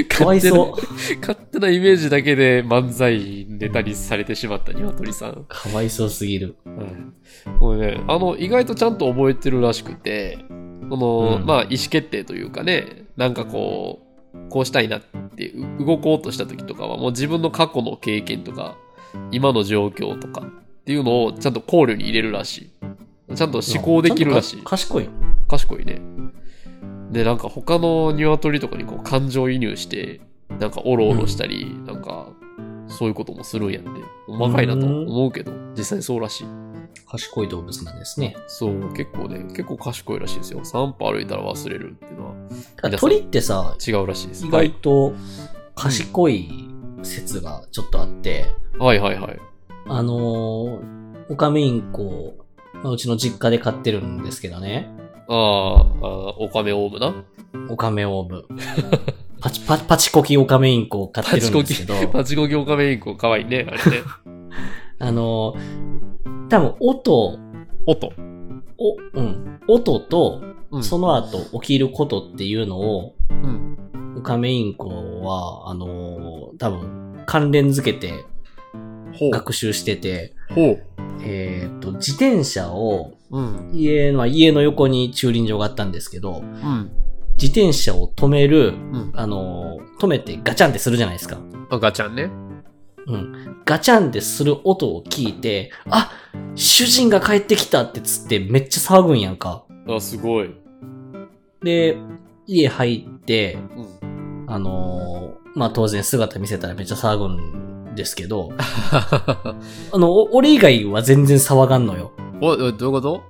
かわいそう。
勝手なイ メージだけで漫才ネタにされてしまった鶏さん。
かわいそうすぎる。
はい、これねあの意外とちゃんと覚えてるらしくてその、
うん
まあ意思決定というかねなんかこうこうしたいなってう動こうとした時とかはもう自分の過去の経験とか今の状況とかっていうのをちゃんと考慮に入れるらしいちゃんと思考できるらし
ちゃん
い
とか賢い。
賢いねでなんか他の鶏とかにこう感情移入してなんかオロオロしたり、なんかそういうこともするんやって細かいなと思うけど、実際そうらしい
賢い動物なんですね。
そう、結構ね、結構賢いらしいですよ。散歩歩いたら忘れるっていうのは
だから鳥ってさ、
違うらしいです。
意
は
外
い、
と賢い説がちょっとあって、
はいはいはい。
あのー、オカメインコ、まあうちの実家で飼ってるんですけどね、
あーあー、オカメオウムな。
オカメオ ーブ。パチ、パパチコキオカメインコを飼って
パ
る
チ
ん
コ
で
キ
すけど、、
パチコキオカメインコ、かわいいね。あれね。
あのー、多分音、
音。
お、うん、音と、
うん。
その後起きることっていうのを、
うん。
オカメインコは、あのー、多分関連づけて
ほう。
学習してて、
ほう。
えーっ、と、自転車を、
うん。
家の、まあ家の横に駐輪場があったんですけ
う
ど、
ん。
自転車を止める、
うん。
あのー、止めてガチャンってするじゃないですか。
あ、ガチャンね。
うん。ガチャンってする音を聞いて、あ主人が帰ってきたってつってめっちゃ騒ぐんやんか。
あ、すごい。う
で、家入って、
ん。
あのー、まあ、当然姿見せたらめっちゃ騒ぐんですけど、あの、お俺以外は全然騒がんのよ。
お、おどういうこと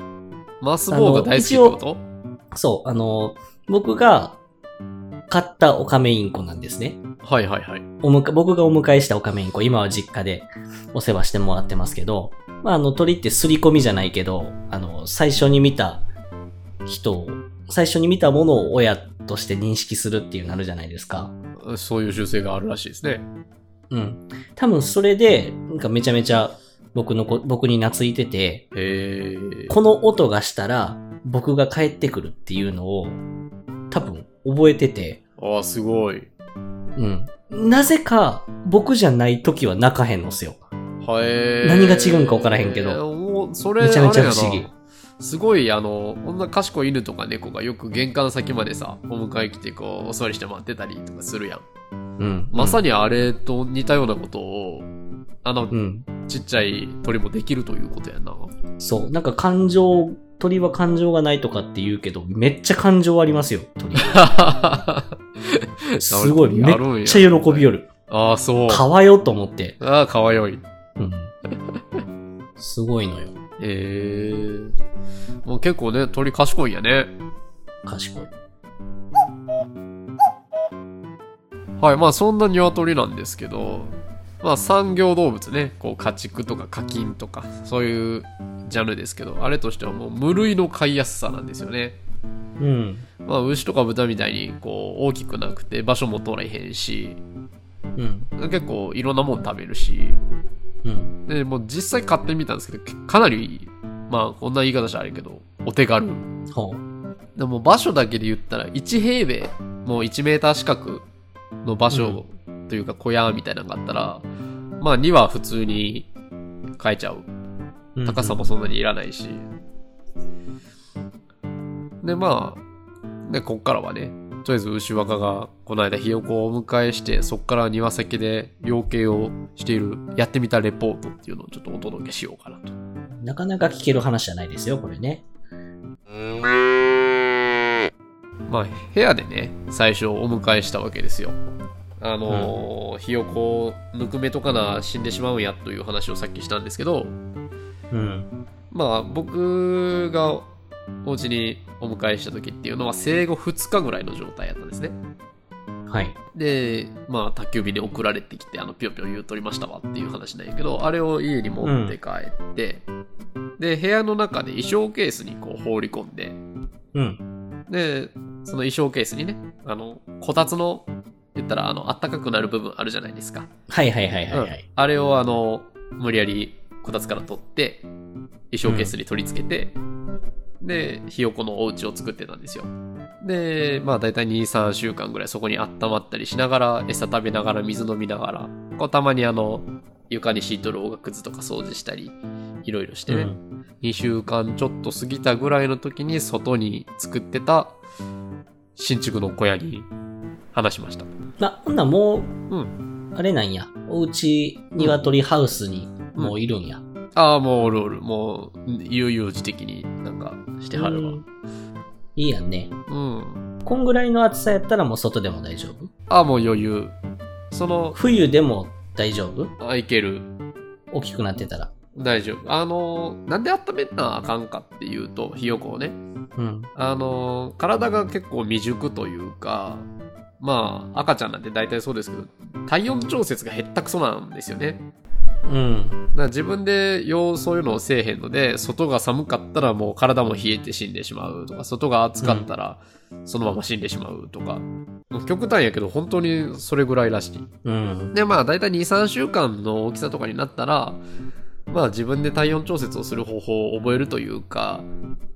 マスボウが大好きってこと
そう、あの、僕が買ったオカメインコなんですね。
はいはいはい。
おむか僕がお迎えしたオカメインコ、今は実家でお世話してもらってますけど、まあ、あの鳥ってすり込みじゃないけど、あの、最初に見た人を、最初に見たものを親として認識するっていうなるじゃないですか。
そういう習性があるらしいですね。
うん。多分それで、なんかめちゃめちゃ僕のこ、僕に懐いてて、
へえ。
この音がしたら僕が帰ってくるっていうのを多分覚えてて、
あー、すごい。
うん。なぜか、僕じゃない時は泣かへんのっすよ。
はえー
何が違うんか分からへんけど
えーもうそれ
めちゃめちゃ不
あ
思
れや
議
な。すごいあのこんな賢い犬とか猫がよく玄関先までさお迎え来てこうお座りして待ってたりとかするやん
うん。
まさにあれと似たようなことをあの
うん。
ちっちゃい鳥もできるということや な
そう。なんか感情、鳥は感情がないとかって言うけど、めっちゃ感情ありますよ、鳥。 すごい、めっちゃ喜びよ
る
る。
ああそう
かわよと思って。
ああかわよい
うん。すごいのよ。
えー、もう結構ね鳥賢いんやね
賢い。
はい、まあそんな鶏なんですけど、まあ産業動物ね、こう家畜とか課金とか、そういうジャンルですけど、あれとしてはもう無類の飼いやすさなんですよね。
うん。
まあ牛とか豚みたいにこう大きくなくて場所も取れへんし、
うん。
結構いろんなもん食べるし、
うん。
で、もう実際買ってみたんですけど、けかなり、まあこんな言い方じゃあれやけど、お手軽。
ほう。
でも場所だけで言ったら1平米もう1メーター四角の場所というか小屋みたいなのがあったら、まあ2は普通に変えちゃう。
うん
高さもそんなにいらないし。で、まあ、で、こっからはね、とりあえず牛若がこの間ひよこをお迎えして、そっから庭先で養鶏をしているやってみたレポートっていうのをちょっとお届けしようかなと。
なかなか聞ける話じゃないですよ、これね。
まあ、部屋でね、最初お迎えしたわけですよ。あのーひよこ、ぬくめとかな死んでしまうんやという話をさっきしたんですけど、
うん。
まあ僕がお家にお迎えした時っていうのは生後2日ぐらいの状態やったんですね
はい。
でまあ宅急便で送られてきてあのぴょんぴょん言うとりましたわっていう話なんやけどあれを家に持って帰って、で部屋の中で衣装ケースにこう放り込んで
うん。
でその衣装ケースにねあのこたつの言ったらあのあったかくなる部分あるじゃないですか
はいはいはいはいはい。
あれをあの無理やりこたつから取って衣装ケースに取り付けて、でひよこのお家を作ってたんですよでまあ大体23週間ぐらいそこに温まったりしながら餌食べながら水飲みながらこうたまにあの床に敷いとるおがくずとか掃除したりいろいろしてね、
うん
2週間ちょっと過ぎたぐらいの時に外に作ってた新築の小屋に話しました
まあ、ほんならもう、
うん
あれなんや。おうち、鶏ハウスにもういるんや。
ああもうおるおるもう悠々自適になんかしてはるわ
いいやんね。
うん。
こんぐらいの暑さやったらもう外でも大丈夫
あ、もう余裕。その、
冬でも大丈夫
あ、いける。
大きくなってたら。
大丈夫。あの、なんで温めなあかんかっていうと、ひよこをね。
うん。
あの、体が結構未熟というか、まあ、赤ちゃんなんて大体そうですけど、体温調節がへったくそなんですよね。
うん
だ。から自分でようそういうのをせえへんので、外が寒かったらもう体も冷えて死んでしまうとか、外が暑かったらそのまま死んでしまうとか、もう極端やけど本当にそれぐらいらしい。
うん。
でまあ大体23週間の大きさとかになったらまあ自分で体温調節をする方法を覚えるというか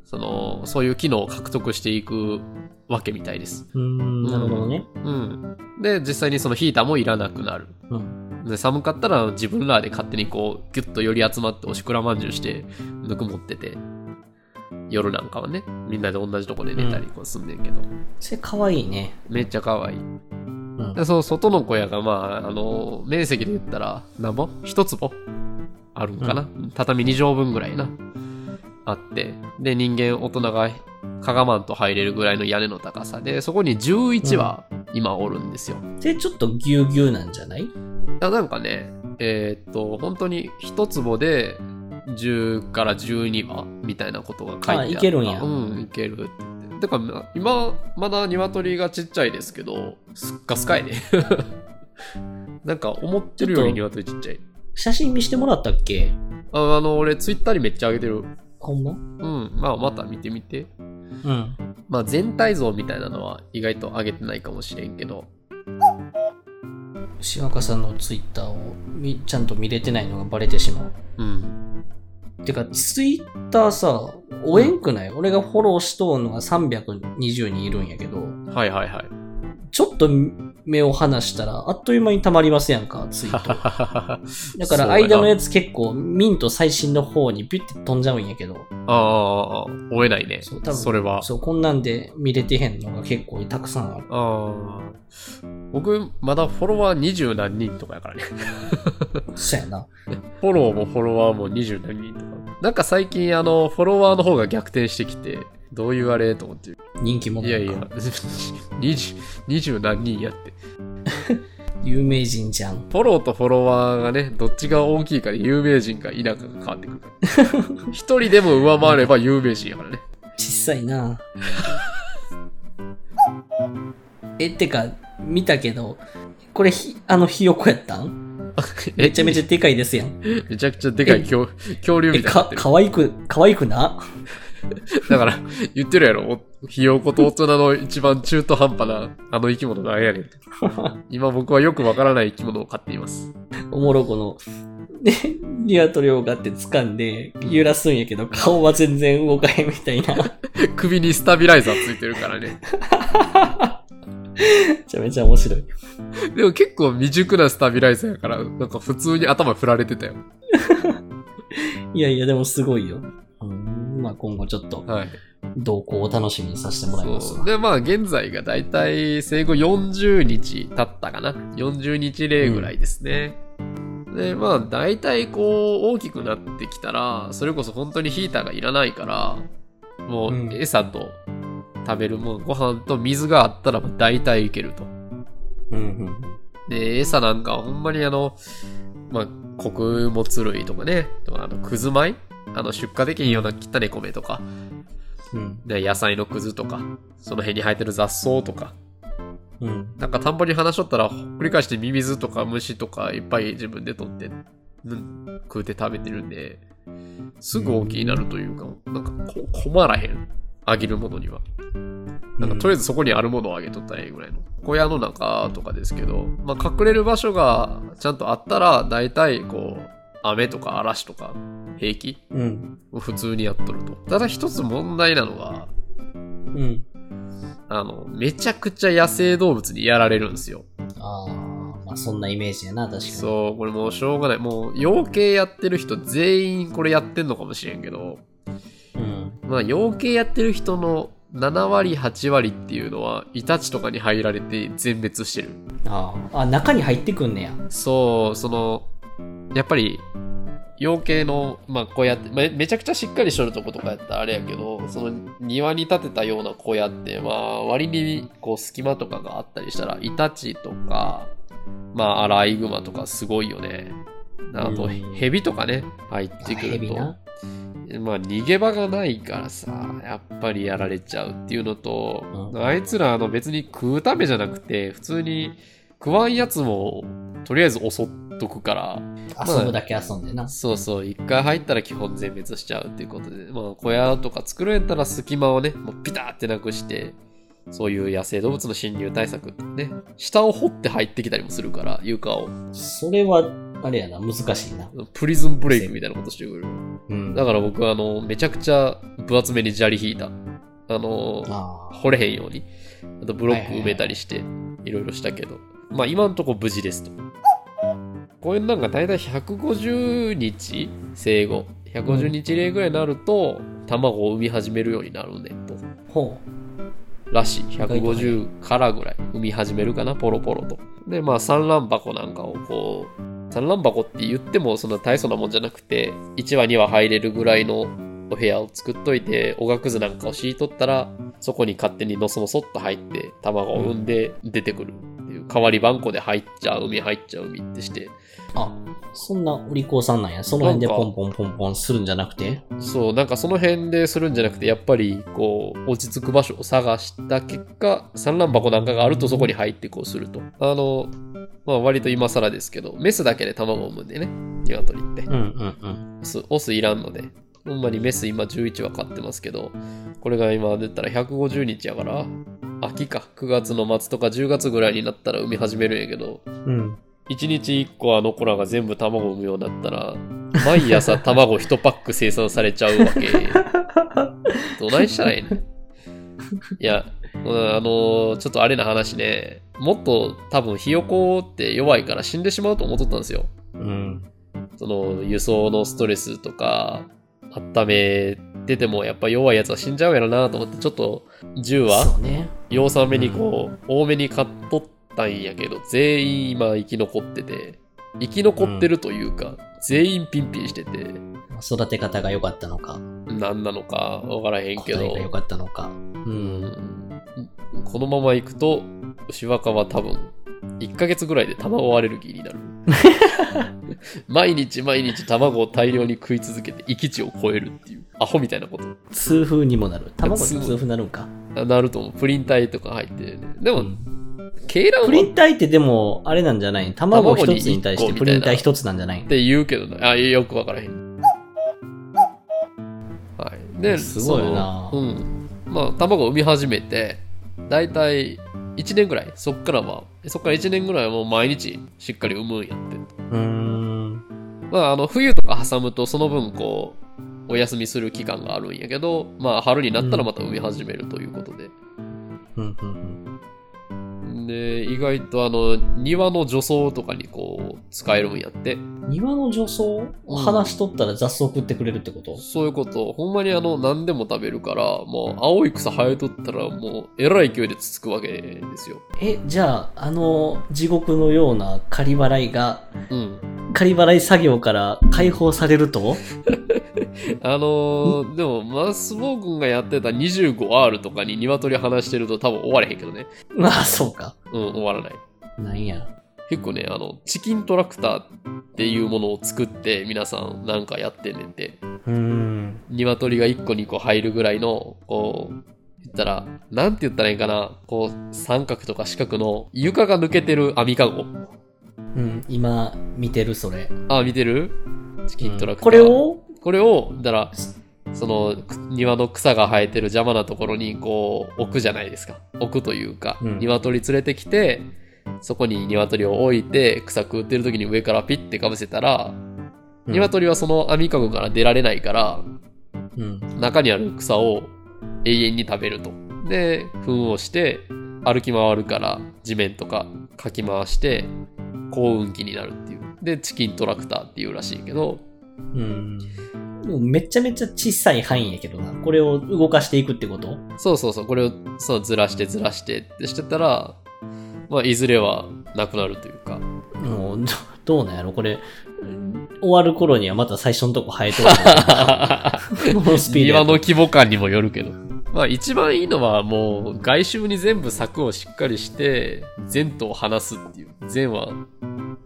そのそういう機能を獲得していくわけみたいです。
うん。なるほどね。
うん、で実際にそのヒーターもいらなくなる。
うん。
で寒かったら自分らで勝手にこうギュッと寄り集まっておしくらまんじゅうしてぬくもってて夜なんかはねみんなで同じとこで寝たりこうすんねんけど、
それ可愛いね。
めっちゃ可愛い
うん。
でその外の小屋が、まあ、あの、面積で言ったら、何ぼ一坪あるんかな、畳2畳分ぐらいな。あって。で、人間、大人が、かがまんと入れるぐらいの屋根の高さで、そこに11羽、今おるんですよ。
で、ちょっとぎゅうぎゅうなんじゃない
いやなんかね、えーっと、本当に一坪で、10から12羽みたいなことが書いてあ
あ
る。
いけるんや
うん、いけるって言って。てか、ま今、まだ鶏がちっちゃいですけど、すっかすかいね。 なんか、思ってるより
ち
鶏ちっちゃい。
写真見してもらったっけ
ああの、俺、ツイッターにめっちゃ上げてる。
ほんま
うん、まあ、また見てみて。
うん。
まあ、全体像みたいなのは意外と上げてないかもしれんけど、
しわかさんのツイッターをみちゃんと見れてないのがバレてしまう。
うん。
てか、ツイッターさ、おえんくない、俺がフォローしとうのが320人いるんやけど、
はいはい はい。
ちょっと目を離したら、あっという間に溜まりますやんか、ツイ ート。だから、間のや
つ。
つ結構、ミント最新の方にビュッて飛んじゃうんやけど、
ああ、追えないね。
そう多分
それは。
そう、こんなんで見れてへんのが結構たくさんある。
ああ。僕、まだフォロワー20何人とかやからね。
そうやな。
フォローもフォロワーも20何人とか。なんか最近、あの、フォロワーの方が逆転してきて、どういうあれと思って。い
人気者
やいや、
なんか
20、20何人やって。
有名人じゃん。
フォローとフォロワーがね、どっちが大きいかで有名人か否かが変わってくるから。 一人でも上回れば有名人やからね。
小さいなえってか見たけどこれひあのひよこやったん めちゃめちゃでかいですやん
めちゃくちゃでかい恐恐竜
え
みたいになっ
か
てる。
かわいくかわいくな
だから、言ってるやろ。おひよこと大人の一番中途半端なあの生き物なんやねん。今僕はよくわからない生き物を飼っています。
おもろこの でリアトリオがあって掴んで揺らすんやけど顔は全 然動かへんみたいな
首にスタビライザーついてるからね。
めちゃめちゃ面白い。
でも結構未熟なスタビライザーやから、なんか普通に頭振られてたよ。
いやいや、でもすごいよ。うん、まあ今後ちょっと
はい。
動向を楽しみにさせてもらいます
そ
わ
う。で、まあ現在がだいたい生後40日経ったかな。40日例ぐらいですね。で、まあだいたいこう大きくなってきたら、それこそ本当にヒーターがいらないから、も
うん
う餌と食べるもの、ご飯と水があったらだいたいいけると。
うんうん
で、餌なんかはほんまにあの、まあ、穀物類とかね、とかあの、くず米あの、出荷できんような汚い米とか、
うん。
ね、野菜のくずとか、その辺に生えてる雑草とか、
うん。うん。
なんか田んぼに話しとったら、繰り返してミミズとか虫とかいっぱい自分で取って、うん食うて食べてるんで、すぐ大きいなるというか、なんかこ困らへん。あげるものには。なんかとりあえずそこにあるものをあげとったらええぐらいの。小屋の中とかですけど、まあ、隠れる場所がちゃんとあったら、大体こう、雨とか嵐とか平気
うん。
普通にやっとると。ただ一つ問題なのが、
うん。
あの、めちゃくちゃ野生動物にやられるんですよ。
ああ、まあそんなイメージやな、確かに。
そう、これもうしょうがない。もう、養鶏やってる人全員これやってんのかもしれんけど、
うん。
まあ、養鶏やってる人の7割、8割っていうのは、イタチとかに入られて全滅してる。
ああ。あ、中に入ってくんねや。
そう、その、やっぱり、養鶏の、まあ、小屋って、まあ、めちゃくちゃしっかりしとるとことかやったらあれやけど、その庭に建てたような小屋って、まあ、割に、こう、隙間とかがあったりしたら、イタチとか、まあ、アライグマとかすごいよね。あと、
うん
ヘビとかね、入っ
あ
てくる
ヘビ
と。
な。
まあ逃げ場がないからさ、やっぱりやられちゃうっていうのと、
うん
あいつらあの別に食うためじゃなくて、普通に食わんやつもとりあえず襲っとくから、
遊ぶだけ遊んでな。
そうそう、一回入ったら基本全滅しちゃうっていうことで、まあ小屋とか作るんやったら隙間をね、もうピターってなくして、そういう野生動物の侵入対策ってね、下を掘って入ってきたりもするから、床を。
それは、あれやな、難しいな。
プリズンブレイクみたいなことしてくる。
うん。
だから僕はあの、めちゃくちゃ分厚めに砂利引いた。あの、
ああ。
掘れへんように。あとブロック埋めたりして、いろいろしたけど。まあ今んとこ無事ですと。公園なんか大体150日生後。150日例ぐらいになると、卵を産み始めるようになるねんと。
ほ
らしい。150からぐらい産み始めるかな、ポロポロと。で、まあ産卵箱なんかをこう、産卵箱って言ってもそんな大層なもんじゃなくて、1羽2羽入れるぐらいのお部屋を作っといて、おがくずなんかを敷いとったら、そこに勝手にのそのそっと入って、卵を産んで出てくるっていう、代わり番こで入っちゃう海、入っちゃう海ってして、
う。あ、そんなお利口さんなんや。その辺でポンポンポンポンするんじゃなくて。
そう、なんかその辺でするんじゃなくて、やっぱりこう、落ち着く場所を探した結果、産卵箱なんかがあるとそこに入ってこうすると。あの、まあ割と今更ですけど、メスだけで卵を産むんでね、鶏って
うん。うんうん。
オス、オスいらんので。ほんまにメス今11は飼ってますけど、これが今出たら150日やから、秋か、9月の末とか10月ぐらいになったら産み始めるんやけど、
うん。
1日1個あの子らが全部卵を産むようになったら、毎朝卵1パック生産されちゃうわけ。どないしたらいいのいや、うんあのーちょっとあれな話ね、もっと多分ひよこって弱いから死んでしまうと思っとったんですよ。
うん。
その輸送のストレスとか、温めててもやっぱ弱いやつは死んじゃうやろなと思って、ちょっと10
そ
は
うね。
要さめにこう、多めに買っとったんやけど、全員今生き残ってて、生き残ってるというか、全員ピンピンしてて、
育て方が良かったのか、
何なのかわからへんけ
答え
ど
が、良かったのか。うん。
うんこのまま行くと、牛若は多分、1ヶ月ぐらいで卵アレルギーにな る。毎日毎日卵を大量に食い続けて、域値を超えるっていう、アホみたいなこと。
痛風にもなる。卵にも痛風なるんか。
ななると思う。プリン体とか入って、ね。で
う
も、
ん
鶏卵
プリン体ってでも、あれなんじゃない卵一つに対してプリン体一つなんじゃない
って言うけどな。あ、よくわからへん。はい。で、
すごいな
そのうん。まあ、卵を産み始めて、だいたい1年ぐらい、そっからは、そっから1年ぐらいはもう毎日しっかり産むんやって。
うーん。
まあ、あの、冬とか挟むと、その分、こう、お休みする期間があるんやけど、まあ、春になったらまた産み始めるということで。
うんうんうん
で、意外とあの、庭の除草とかにこう、使えるんやって。
庭の除草
うん
話しとったら雑草食ってくれるってこと
そういうこと、ほんまにあの、何でも食べるから、もう、青い草生えとったら、もう、えらい勢いでつつくわけですよ。
え、じゃあ、あの、地獄のような仮払いが、
うん。
仮払い作業から解放されると
あのー、でも、マスボー君がやってた 25R とかに鶏話してると多分終われへんけどね。
まあ、そうか。
うん、終わらない。
なんや。
結構ね、あの、チキントラクターっていうものを作って、皆さんなんかやってんねんて。
うーん。
鶏が1個2個入るぐらいの、こう、言ったら、なんて言ったらいいんかな、こう、三角とか四角の床が抜けてる網かご。
うん、今、見てる、それ。
あ、見てるチキントラクター。
これを
これを、だから、その、く庭の草が生えてる邪魔なところに、こう、置くじゃないですか。置くというか、
うん
鶏連れてきて、そこに鶏を置いて、草食ってる時に上からピッてかぶせたら、
うん
鶏はその網かごから出られないから、
うん。
中にある草を永遠に食べると。で、糞をして、歩き回るから地面とかかき回して、幸運期になるっていう。で、チキントラクターっていうらしいけど、
うん。でもめちゃめちゃ小さい範囲やけどな。これを動かしていくってこと
そうそうそう、これをそうずらしてずらしてってしてたら、まあ、いずれはなくなるというか。
もう、どどうなんやろこれ、うん終わる頃にはまた最初のとこ生えとるな このスピードや
庭
と
の規模感にもよるけど。まあ一番いいのはもう外周に全部柵をしっかりして、前途を離すっていう。前は、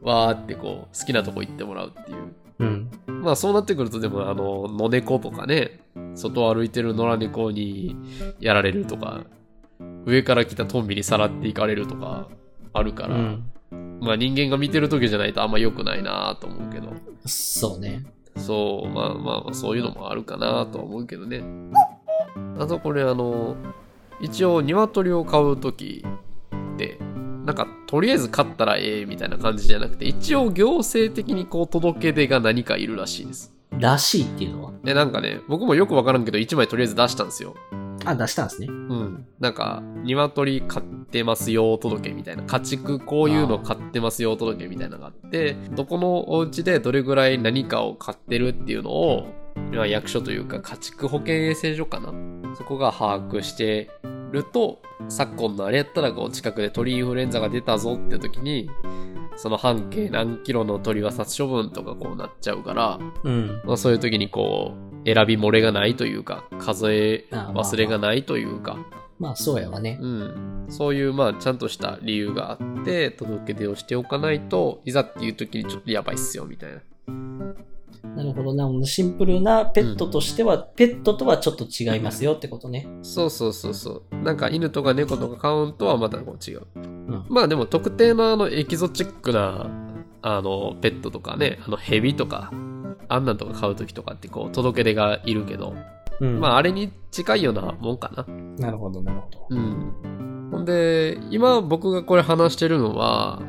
わーってこう、好きなとこ行ってもらうっていう。
うん。
まあそうなってくるとでもあの、野猫とかね、外を歩いてる野良猫にやられるとか、上から来たトンビにさらっていかれるとか、あるか
う
ら、
ん。
まあ人間が見てる時じゃないとあんま良くないなと思うけど。
そうね。
そう、まあまあまあ、そういうのもあるかなとは思うけどね。あとこれあの、一応鶏を買うときって、なんかとりあえず買ったらええみたいな感じじゃなくて、一応行政的にこう届け出が何かいるらしいです。
らしいっていうのは。
で、なんかね、僕もよくわからんけど、1枚とりあえず出したんですよ。
あ、出したんですね。
うん。なんか、鶏飼ってますよ届けみたいな。家畜こういうの飼ってますよ届けみたいなのがあって、どこのお家でどれぐらい何かを飼ってるっていうのを、まあ役所というか家畜保健衛生所かな。そこが把握してると、昨今のあれやったらこう近くで鳥インフルエンザが出たぞって時に、その半径何キロの鳥は殺処分とかこうなっちゃうから、
うん。
まあ、そういう時にこう選び漏れがないというか数え忘れがないというか、
まあ、そうやわね。
うん、そういうまあちゃんとした理由があって届け出をしておかないといざっていう時にちょっとやばいっすよみたいな
なるほどな。シンプルなペットとしては、ペットとはちょっと違いますよってことね。
そうそうそうそうなんか犬とか猫とかカウントはまたこう違う、
ん
まあでも特定のあのエキゾチックなあのペットとかねあのヘビとかあんなんとか買う時とかってこう届け出がいるけど、
うん
ま
まあ、
ああれに近いようなもんかな
なるほど、なるほど。
うん。ほんで、今僕がこれ話してるのは、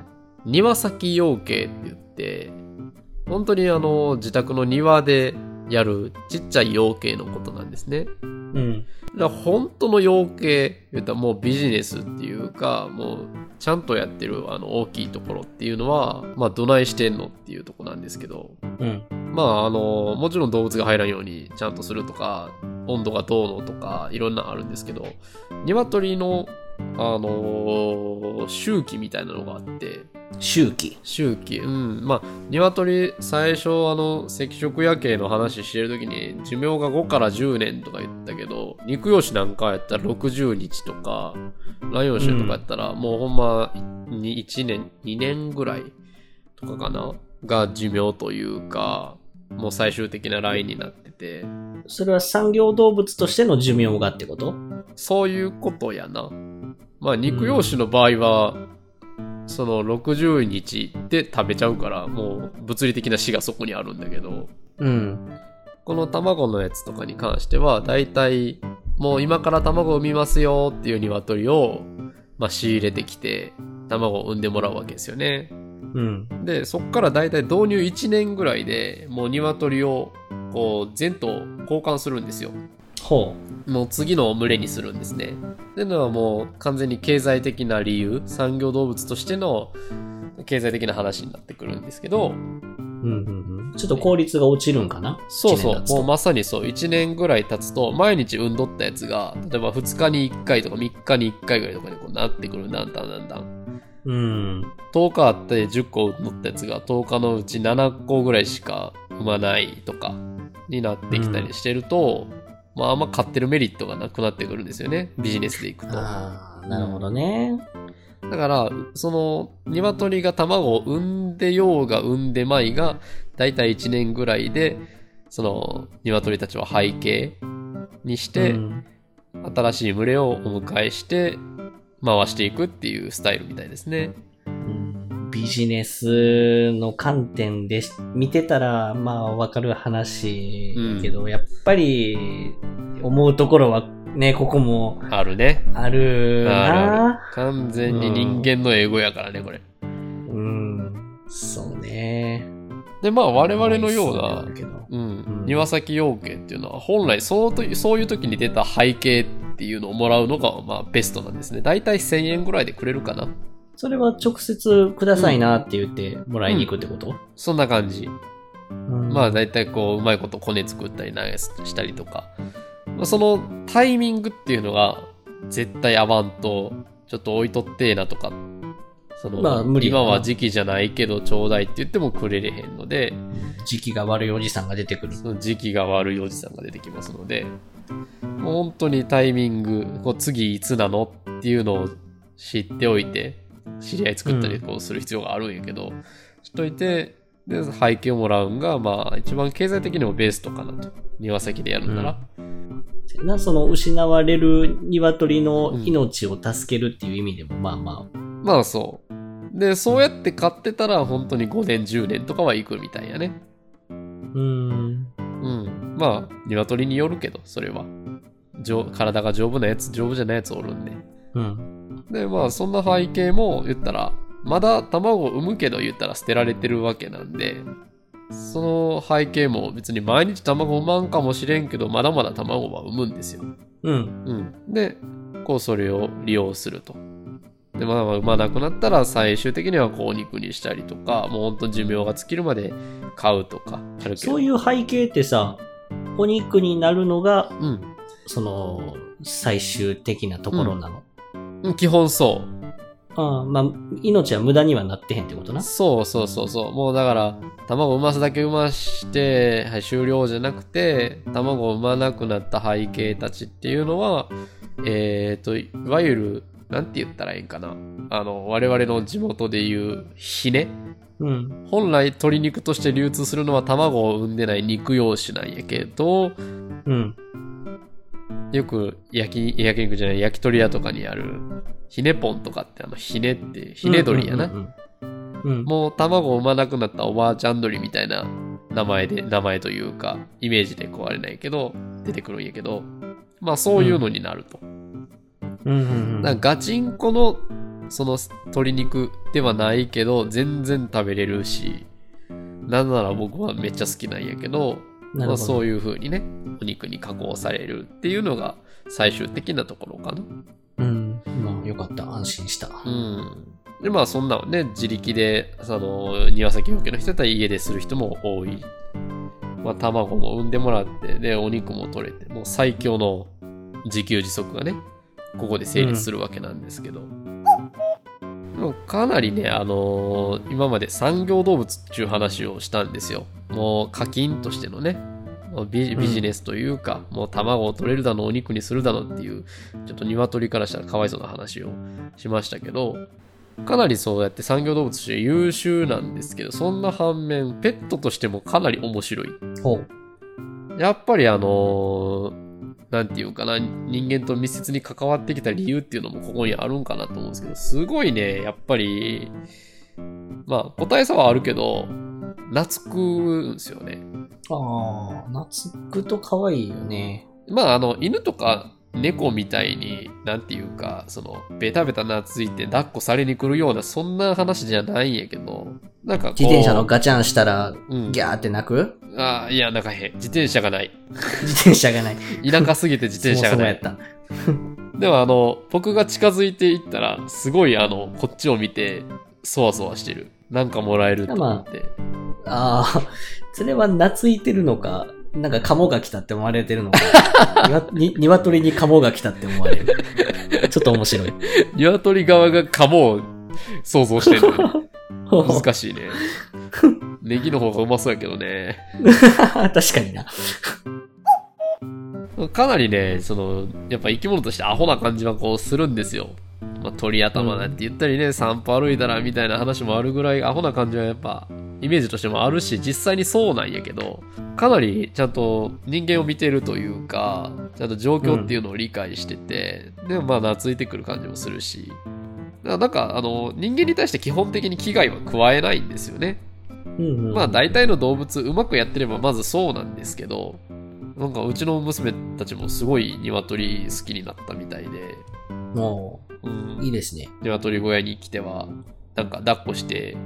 庭先養鶏って言って、本当にあの、自宅の庭でやるちっちゃい養鶏のことなんですね。
うん。
だから本当の養鶏、言ったらもうビジネスっていうか、もうちゃんとやってるあの大きいところっていうのは、まあどないしてんのっていうとこなんですけど、
うん。
まああの、もちろん動物が入らんようにちゃんとするとか、温度がどうのとか、いろんなのあるんですけど、鶏の、あの周期みたいなのがあって、
周期。
周期、うん、まあ、鶏、最初、あの、赤色夜景の話してるときに、寿命が5から10年とか言ったけど、肉用紙なんかやったら60日とか、ライオン種とかやったら、もうほんま、に1年、2年ぐらいとかかなが寿命というか、もう最終的なラインになってて、
それは産業動物としての寿命がってこと
そういうことやな。まあ、肉用紙の場合は、その60日で食べちゃうから、もう物理的な死がそこにあるんだけど、
うん。
この卵のやつとかに関しては、だいたいもう今から卵を産みますよっていう鶏を、まあ、仕入れてきて、卵を産んでもらうわけですよね。
うん。
で、そっからだいたい導入1年ぐらいでもう鶏をこう全頭交換するんですよ。
ほ
もう次の群れにするんですね。というのはもう完全に経済的な理由、産業動物としての経済的な話になってくるんですけど、
う。うんうんうん。ちょっと効率が落ちるんかな
そうそ
一
う
年、経つと
もうまさにそう、1年ぐらい経つと、毎日運動ったやつが、例えば2日に1回とか3日に1回ぐらいとかにこうなってくる、だんだんだんだん。
うん。
10日あって10個運動ったやつが、10日のうち7個ぐらいしか産まないとか、になってきたりしてると、まああんま買ってるメリットがなくなってくるんですよね、ビジネスでいくと。
ああ、なるほどね。
だから、その、鶏が卵を産んでようが産んでまいが、だいたい1年ぐらいで、その、鶏たちは背景にして、
うん
新しい群れをお迎えして、回していくっていうスタイルみたいですね。
うんビジネスの観点でし見てたら、まあ、わかる話だけど、やっぱり、思うところはね、ここも
あるね。
ある
あ
な。
る完全に人間の英語やからね、これ。
うん。そうね。
で、まあ、我々のような
まあ、いっすねだけど
うん
う、ん
庭先養鶏っていうのは本来そうとそういう時に出た背景っていうのをもらうのがまあベストなんですねだいたい1000円ぐらいでくれるかな
それは直接くださいなって言ってもらいに行くってこと、
そんな感じ
うん
まあだいたいこううまいことコネ作ったり投げしたりとか、まあ、そのタイミングっていうのが絶対合わんとちょっと置いとってえなとかその、
まあ無理やな
今は時期じゃないけどちょうだいって言ってもくれれへんので
時期が悪いおじさんが出てくる。
その時期が悪いおじさんが出てきますので、もう本当にタイミング、こう次いつなのっていうのを知っておいて、知り合い作ったり
うん
こうする必要があるんやけど、知っといて、で、背景をもらうんが、まあ、一番経済的にもベストかなと。庭先でやるなら。
なその失われる鶏の命を助けるっていう意味でも、まあまあ、
まあ、そう。で、そうやって買ってたら、本当に5年、10年とかはいくみたいやね。
うん。
うん。まあ、鶏によるけど、それは。丈夫体が丈夫なやつ、丈夫じゃないやつおるんで。
うん。
でまあそんな背景も言ったらまだ卵を産むけど言ったら捨てられてるわけなんでその背景も別に毎日卵産まんかもしれんけどまだまだ卵は産むんですよ。
うん。
うん、でこうそれを利用すると。でまあ、まあ産まなくなったら最終的にはこうお肉にしたりとかもうほんと寿命が尽きるまで買うとかあるけど
そういう背景ってさ、お肉になるのが、
うん、
その、最終的なところなの。
うん、基本そう
ああまあ、命は無駄にはなってへんってことな。
そうそうそうそう。もうだから、卵を産ますだけ産まして、はい、終了じゃなくて、卵を産まなくなった背景たちっていうのは、えっ、と、いわゆる、なんて言ったらいいんかな。あの、我々の地元でいう、ひね。
うん。
本来鶏肉として流通するのは卵を産んでない肉用種なんやけど、
うん。
よく焼き、焼き肉じゃない、焼き鳥屋とかにある、ひねポンとかって、あの、ひねって、ひね鶏やな。
うんうんうん。うん。
もう卵を産まなくなったおばあちゃん鳥みたいな名前で、名前というか、イメージでこうあれないけど、出てくるんやけど、まあそういうのになると。
うんうんうん
なんかガチンコの、その鶏肉ではないけど、全然食べれるし、なんなら僕はめっちゃ好きなんやけど、
な
まあ、
るほど
そういう風にね、お肉に加工されるっていうのが最終的なところかな。
うん。まあ、よかった。安心した。
うん。で、まあそんなのね、自力で、その、庭先養鶏の人だったら家でする人も多い。まあ卵も産んでもらって、で、お肉も取れて、もう最強の自給自足がね、ここで成立するわけなんですけど。でもかなりね、あのー今まで産業動物っていう話をしたんですよ。もう課金としてのね、もうビビジネスというか、もう卵を取れるだの、お肉にするだのっていう、ちょっと鶏からしたらかわいそうな話をしましたけど、かなりそうやって産業動物として優秀なんですけど、そんな反面、ペットとしてもかなり面白い。
ほう。
やっぱりあのーなんていうかな、人間と密接に関わってきた理由っていうのもここにあるんかなと思うんですけど、すごいね、やっぱり、まあ、個体差はあるけど、懐くんですよね。
ああ、懐くと可愛いよね。
まあ、あの、犬とか猫みたいに、なんていうか、その、ベタベタ懐いて抱っこされに来るような、そんな話じゃないんやけど、なんかこう。
自転車のガチャンしたら、
うん
ギ。ャーって泣く
あーいや、なんかへん。自転車がない。
自転車がない。
田舎すぎて自転車
そもそ
が
も
な
や
い
っ。た。
でもあの、僕が近づいていったら、すごいあの、こっちを見て、そわそわしてる。なんかもらえると思って。
ああ、それは懐いてるのか、なんか鴨が来たって思われてる のか、にわに鶏に鴨が来たって思われる。ちょっと 面白い。
鶏側が鴨を想像してる。 難しいね。ネギの方がうまそうやけどね。
確かにな。
かなりね、その、やっぱ生き物としてアホな感じはこうするんですよ。まあ、鳥頭なんて言ったりね、散歩歩いたらみたいな話もあるぐらいアホな感じはやっぱ、イメージとしてもあるし、実際にそうなんやけど、かなりちゃんと人間を見てるというか、ちゃんと状況っていうのを理解してて、でもまあ懐いてくる感じもするし、だからなんかあの、人間に対して基本的に危害は加えないんですよね。
うんうん
まあ大体の動物うまくやってればまずそうなんですけどなんかうちの娘たちもすごい鶏好きになったみたいで、
も
う
う、いい
ん、
ですね。
鶏小屋に来てはなんか抱っこして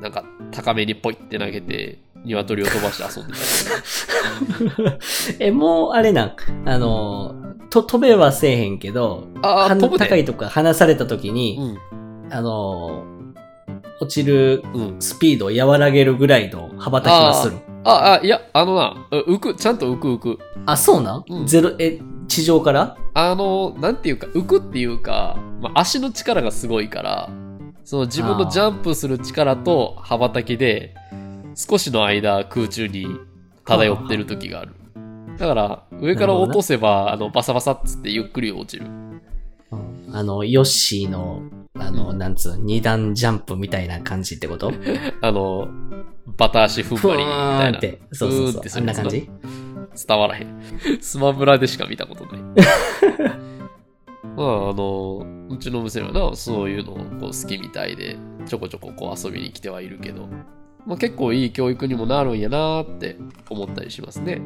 なんか高めにポイって投げて鶏を飛ばして遊んでた
え、もう、あれなん、あの、と、飛べはせえへんけど、
りああ
鼻
飛ぶ
高
で
いとこから離された時
う
に、
ん
あの、落ちる
うん
スピードを和らげるぐらいの羽ばたきはする。
ああいやあのなう浮くちゃんと浮く浮く
あそうなん、
うん
ゼロ、え、地上から
あのなんていうか浮くっていうか、まあ、足の力がすごいからその自分のジャンプする力と羽ばたきで少しの間空中に漂ってる時があるだから上から落とせば、あのバサバサっつってゆっくり落ちる
あの、ヨッシーの、あの、なんつう、二段ジャンプみたいな感じってこと
あのバタ足踏ん
ふ
張りみ
わ
た
ー
い
ん
な
って。そうそう
ふーん
そ
っ
う
て。す
あ
る
んな感じ
伝わらへん スマブラでしか見たことない まああのうちの娘はなそういうのをこう好きみたいでちょこちょここう遊びに来てはいるけど、まあ、結構いい教育にもなるんやなーって思ったりしますね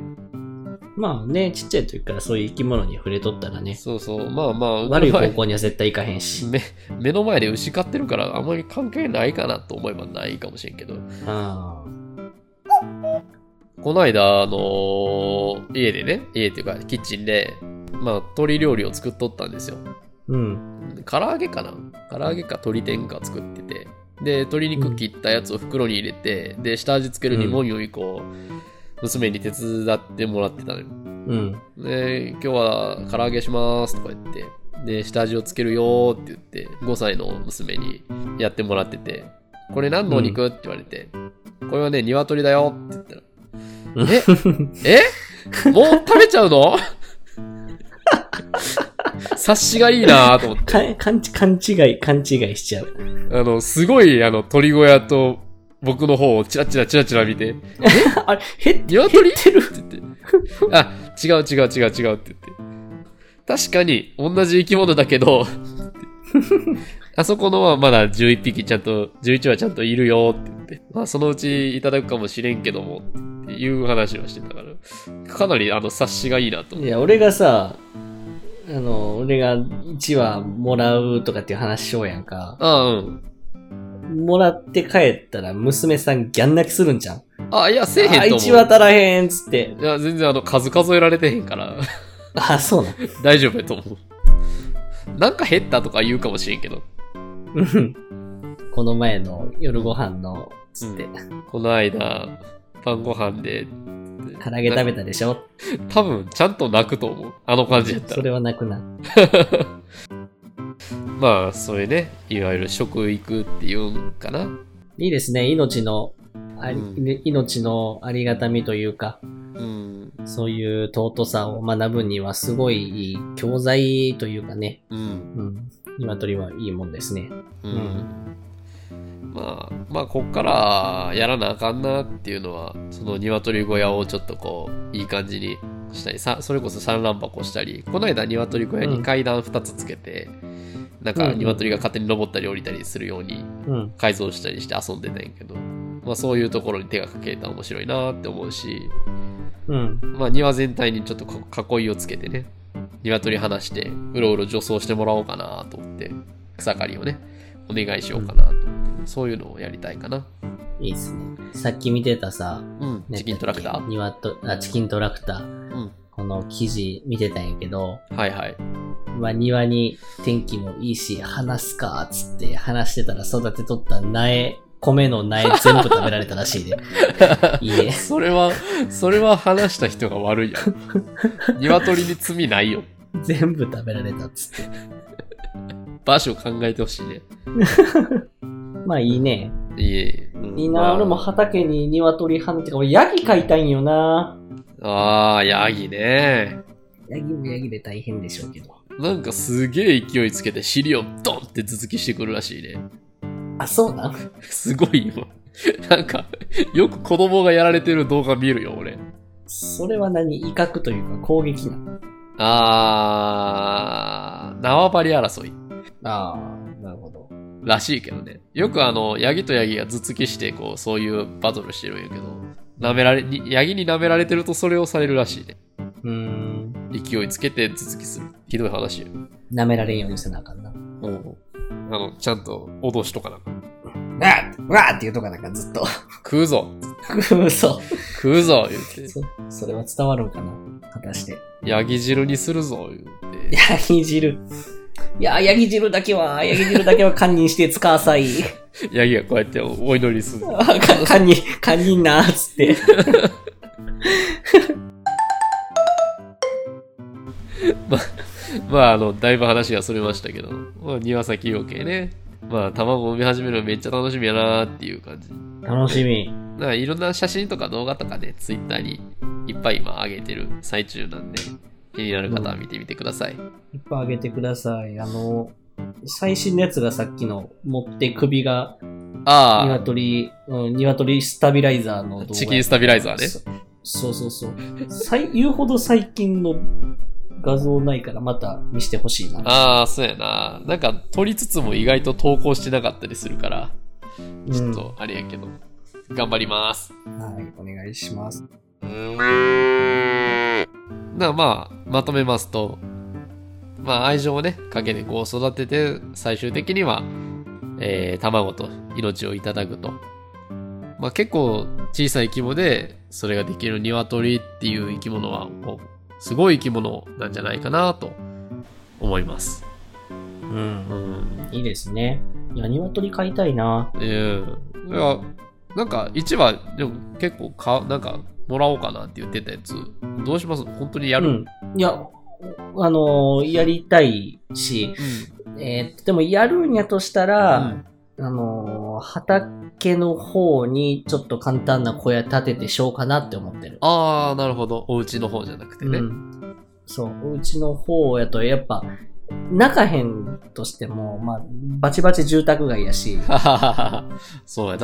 まあね、ちっちゃい時からそういう生き物に触れとったらね、
そうそうまあまあ
悪い方
目の
向には絶対行かへんし。
前目目の前で牛飼ってるからあんまり関係ないかなと思えばないかもしれんけど
あ
この間、あのー家でね、家っていうか、キッチンで、まあ、鶏料理を作っとったんですよ。
ーうん。
唐揚げかな唐揚げか鶏天か作っててで鶏肉切ったやつを袋に入れてで下味つけるにもんよいこう娘に手伝ってもらってたのよ
うん。
で今日は唐揚げしますとか言ってで下味をつけるよーって言って5歳の娘にやってもらっててこれ何のお肉、って言われてこれはね鶏だよって言ったらええもう食べちゃうの 察しがいいなーと思って
か、勘違勘違い、勘違いしちゃう。
あの、すごい、あの、鳥小屋と僕の方をチラチラチラチラ見て、
あれ、へっ、
鶏っ
減ってる。
て言って、あ、違う違う違う違うって言って。確かに、同じ生き物だけど、あそこのはまだ11匹ちゃんと、11はちゃんといるよって言って、まあそのうちいただくかもしれんけども、っていう話はしてたから、かなりあの察しがいいなと思
い
って。
や、俺がさ、あの、俺が1話もらうとかっていう話しようやんか。
あうん。
もらって帰ったら娘さんギャン泣きするんじゃん。
あ、いや、せえ
あ、
へんと
一
思
話
う。
足らへんっつって。
いや、全然あの、数数えられてへんから。
あ、そうなん。
大丈夫やと思う。なんか減ったとか言うかもしれんけど、
うんこの前の夜ご飯の、つって、
この間、晩ご飯で、
唐揚げ食べたでしょ
多分ちゃんと泣くと思う。あの感じやった
そ
ら。
れはなくな。
まあ、そういうね、いわゆる食育っていうんかな。
いいですね、命の、あり
うん
ね命のありがたみというか、
うん。
そういう尊さを学ぶにはすごいいい教材というかね、
うん。
うん。鶏はいいもんですね。
うん。まあ、まあ、こっからやらなあかんなっていうのは、その鶏小屋をちょっとこう、いい感じにしたり、さそれこそ産卵箱したり、この間鶏小屋に階段2つつけて、なんか鶏が勝手に登ったり降りたりするように
うん。
改造したりして遊んでたんやけど、まあ、そういうところに手がかけたら面白いなって思うし、
うん。
まあ、庭全体にちょっとこ囲いをつけてね鶏離して、うろうろ助走してもらおうかなと思って、草刈りをね、お願いしようかなと思って、そういうのをやりたいかな。
いいですね。さっき見てたさ、
うん、チキントラクター
ニワトあ、チキントラクター。
う
この記事見てたんやけど、
ん。はいはい。
まあ、庭に天気もいいし、話すか、つって話してたら育てとった苗、米の苗全部食べられたら しいで。いいね。
それは、それは話した人が悪 いやん。鶏に罪ないよ。
全部食べられたっつって。
場所考えてほしいね。
まあいいね。
いえ。
いいな、俺も畑に鶏放ってか、俺ヤギ飼いたいんよな。
ああ、ヤギね。
ヤギもヤギで大変でしょうけど。
なんかすげえ勢いつけて尻をドンって頭突きしてくるらしいね。
あ、そうなん
すごいよ。なんか、よく子供がやられてる動画見るよ、俺。
それは何威嚇というか攻撃なの
あー、縄張り争い
ああ、なるほど。
らしいけどね。よくあの、ヤギとヤギが頭突きして、こう、そういうバトルしてるんやけど、舐められ、にヤギに舐められてるとそれをされるらしいね。
うーん。
勢いつけて頭突きする。ひどい話よ。
舐められんようにせなあかんな。
うん。あの、ちゃんと脅しとかな。
わーわーって言うとかなんかずっと。
食うぞ
嘘。
食うぞ言って。
そそれは伝わるんかな果たして。
ヤギ汁にするぞ言って。
ヤギ汁。いや、ヤギ汁だけは、ヤギ汁だけは堪忍して使わさい。
ヤギがこうやってお祈りする。
あか 堪忍、堪忍な、つって。
まあ、あの、だいぶ話がそれましたけど、まあ、庭先養鶏ね。まあ、卵を産み始めるのめっちゃ楽しみやなーっていう感じ。
楽しみ。
なんかいろんな写真とか動画とかね、ツイッターにいっぱい今上げてる最中なんで、気になる方は見てみてください。
いっぱいあげてください。あの、最新のやつがさっきの持って首が
あ
鶏、うん、鶏スタビライザーの動画
あ、チキンスタビライザーね。
そそうそうそう。最言うほど最近の画像ないからまた見せてほしいな。
ああ、そうやな。なんか撮りつつも意外と投稿してなかったりするから、ちょっとあれやけど、頑張ります。
うん。はい、お願いします。
なまあまとめますと、まあ、愛情をねかけてこう育てて最終的には、えー卵と命をいただくと、まあ、結構小さい規模でそれができる鶏っていう生き物はこうすごい生き物なんじゃないかなと思います。
うん
う。ん
いいですね。いや、鶏飼いたいな。
ええいやなんか1話でも結構かなんかもらおうかなって言ってたやつどうします本当にやる、
うん。いや、あのやりたいし、えーでもやるんやとしたら、あのー畑の方にちょっと簡単な小屋建ててしようかなって思ってる。
ああ、なるほど。お家の方じゃなくてね。
うん、そう、うちの方やとやっぱ、中辺としても、まあ、バチバチ住宅街やし、
はははは そうや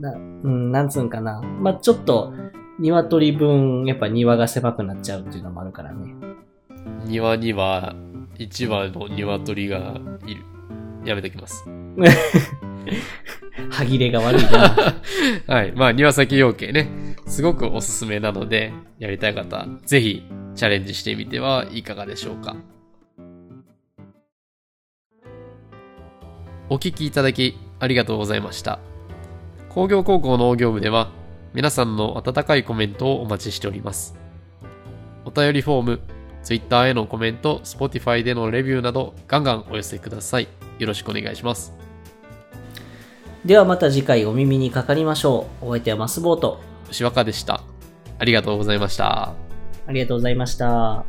な。
なうん、なんつうんかな。まあ、ちょっと、鶏分、やっぱ庭が狭くなっちゃうっていうのもあるからね。
庭には、一羽の鶏がいる。やめときます。
歯切れが悪いな。
はい。まあ、庭先養鶏ね。すごくおすすめなので、やりたい方、ぜひチャレンジしてみてはいかがでしょうか。お聞きいただきありがとうございました。工業高校農業部では皆さんの温かいコメントをお待ちしております。お便りフォーム、Twitter へのコメント、Spotify でのレビューなどガンガンお寄せください。よろしくお願いします。
ではまた次回お耳にかかりましょう。お相手はマスボート。
牛若でした。ありがとうございました。
ありがとうございました。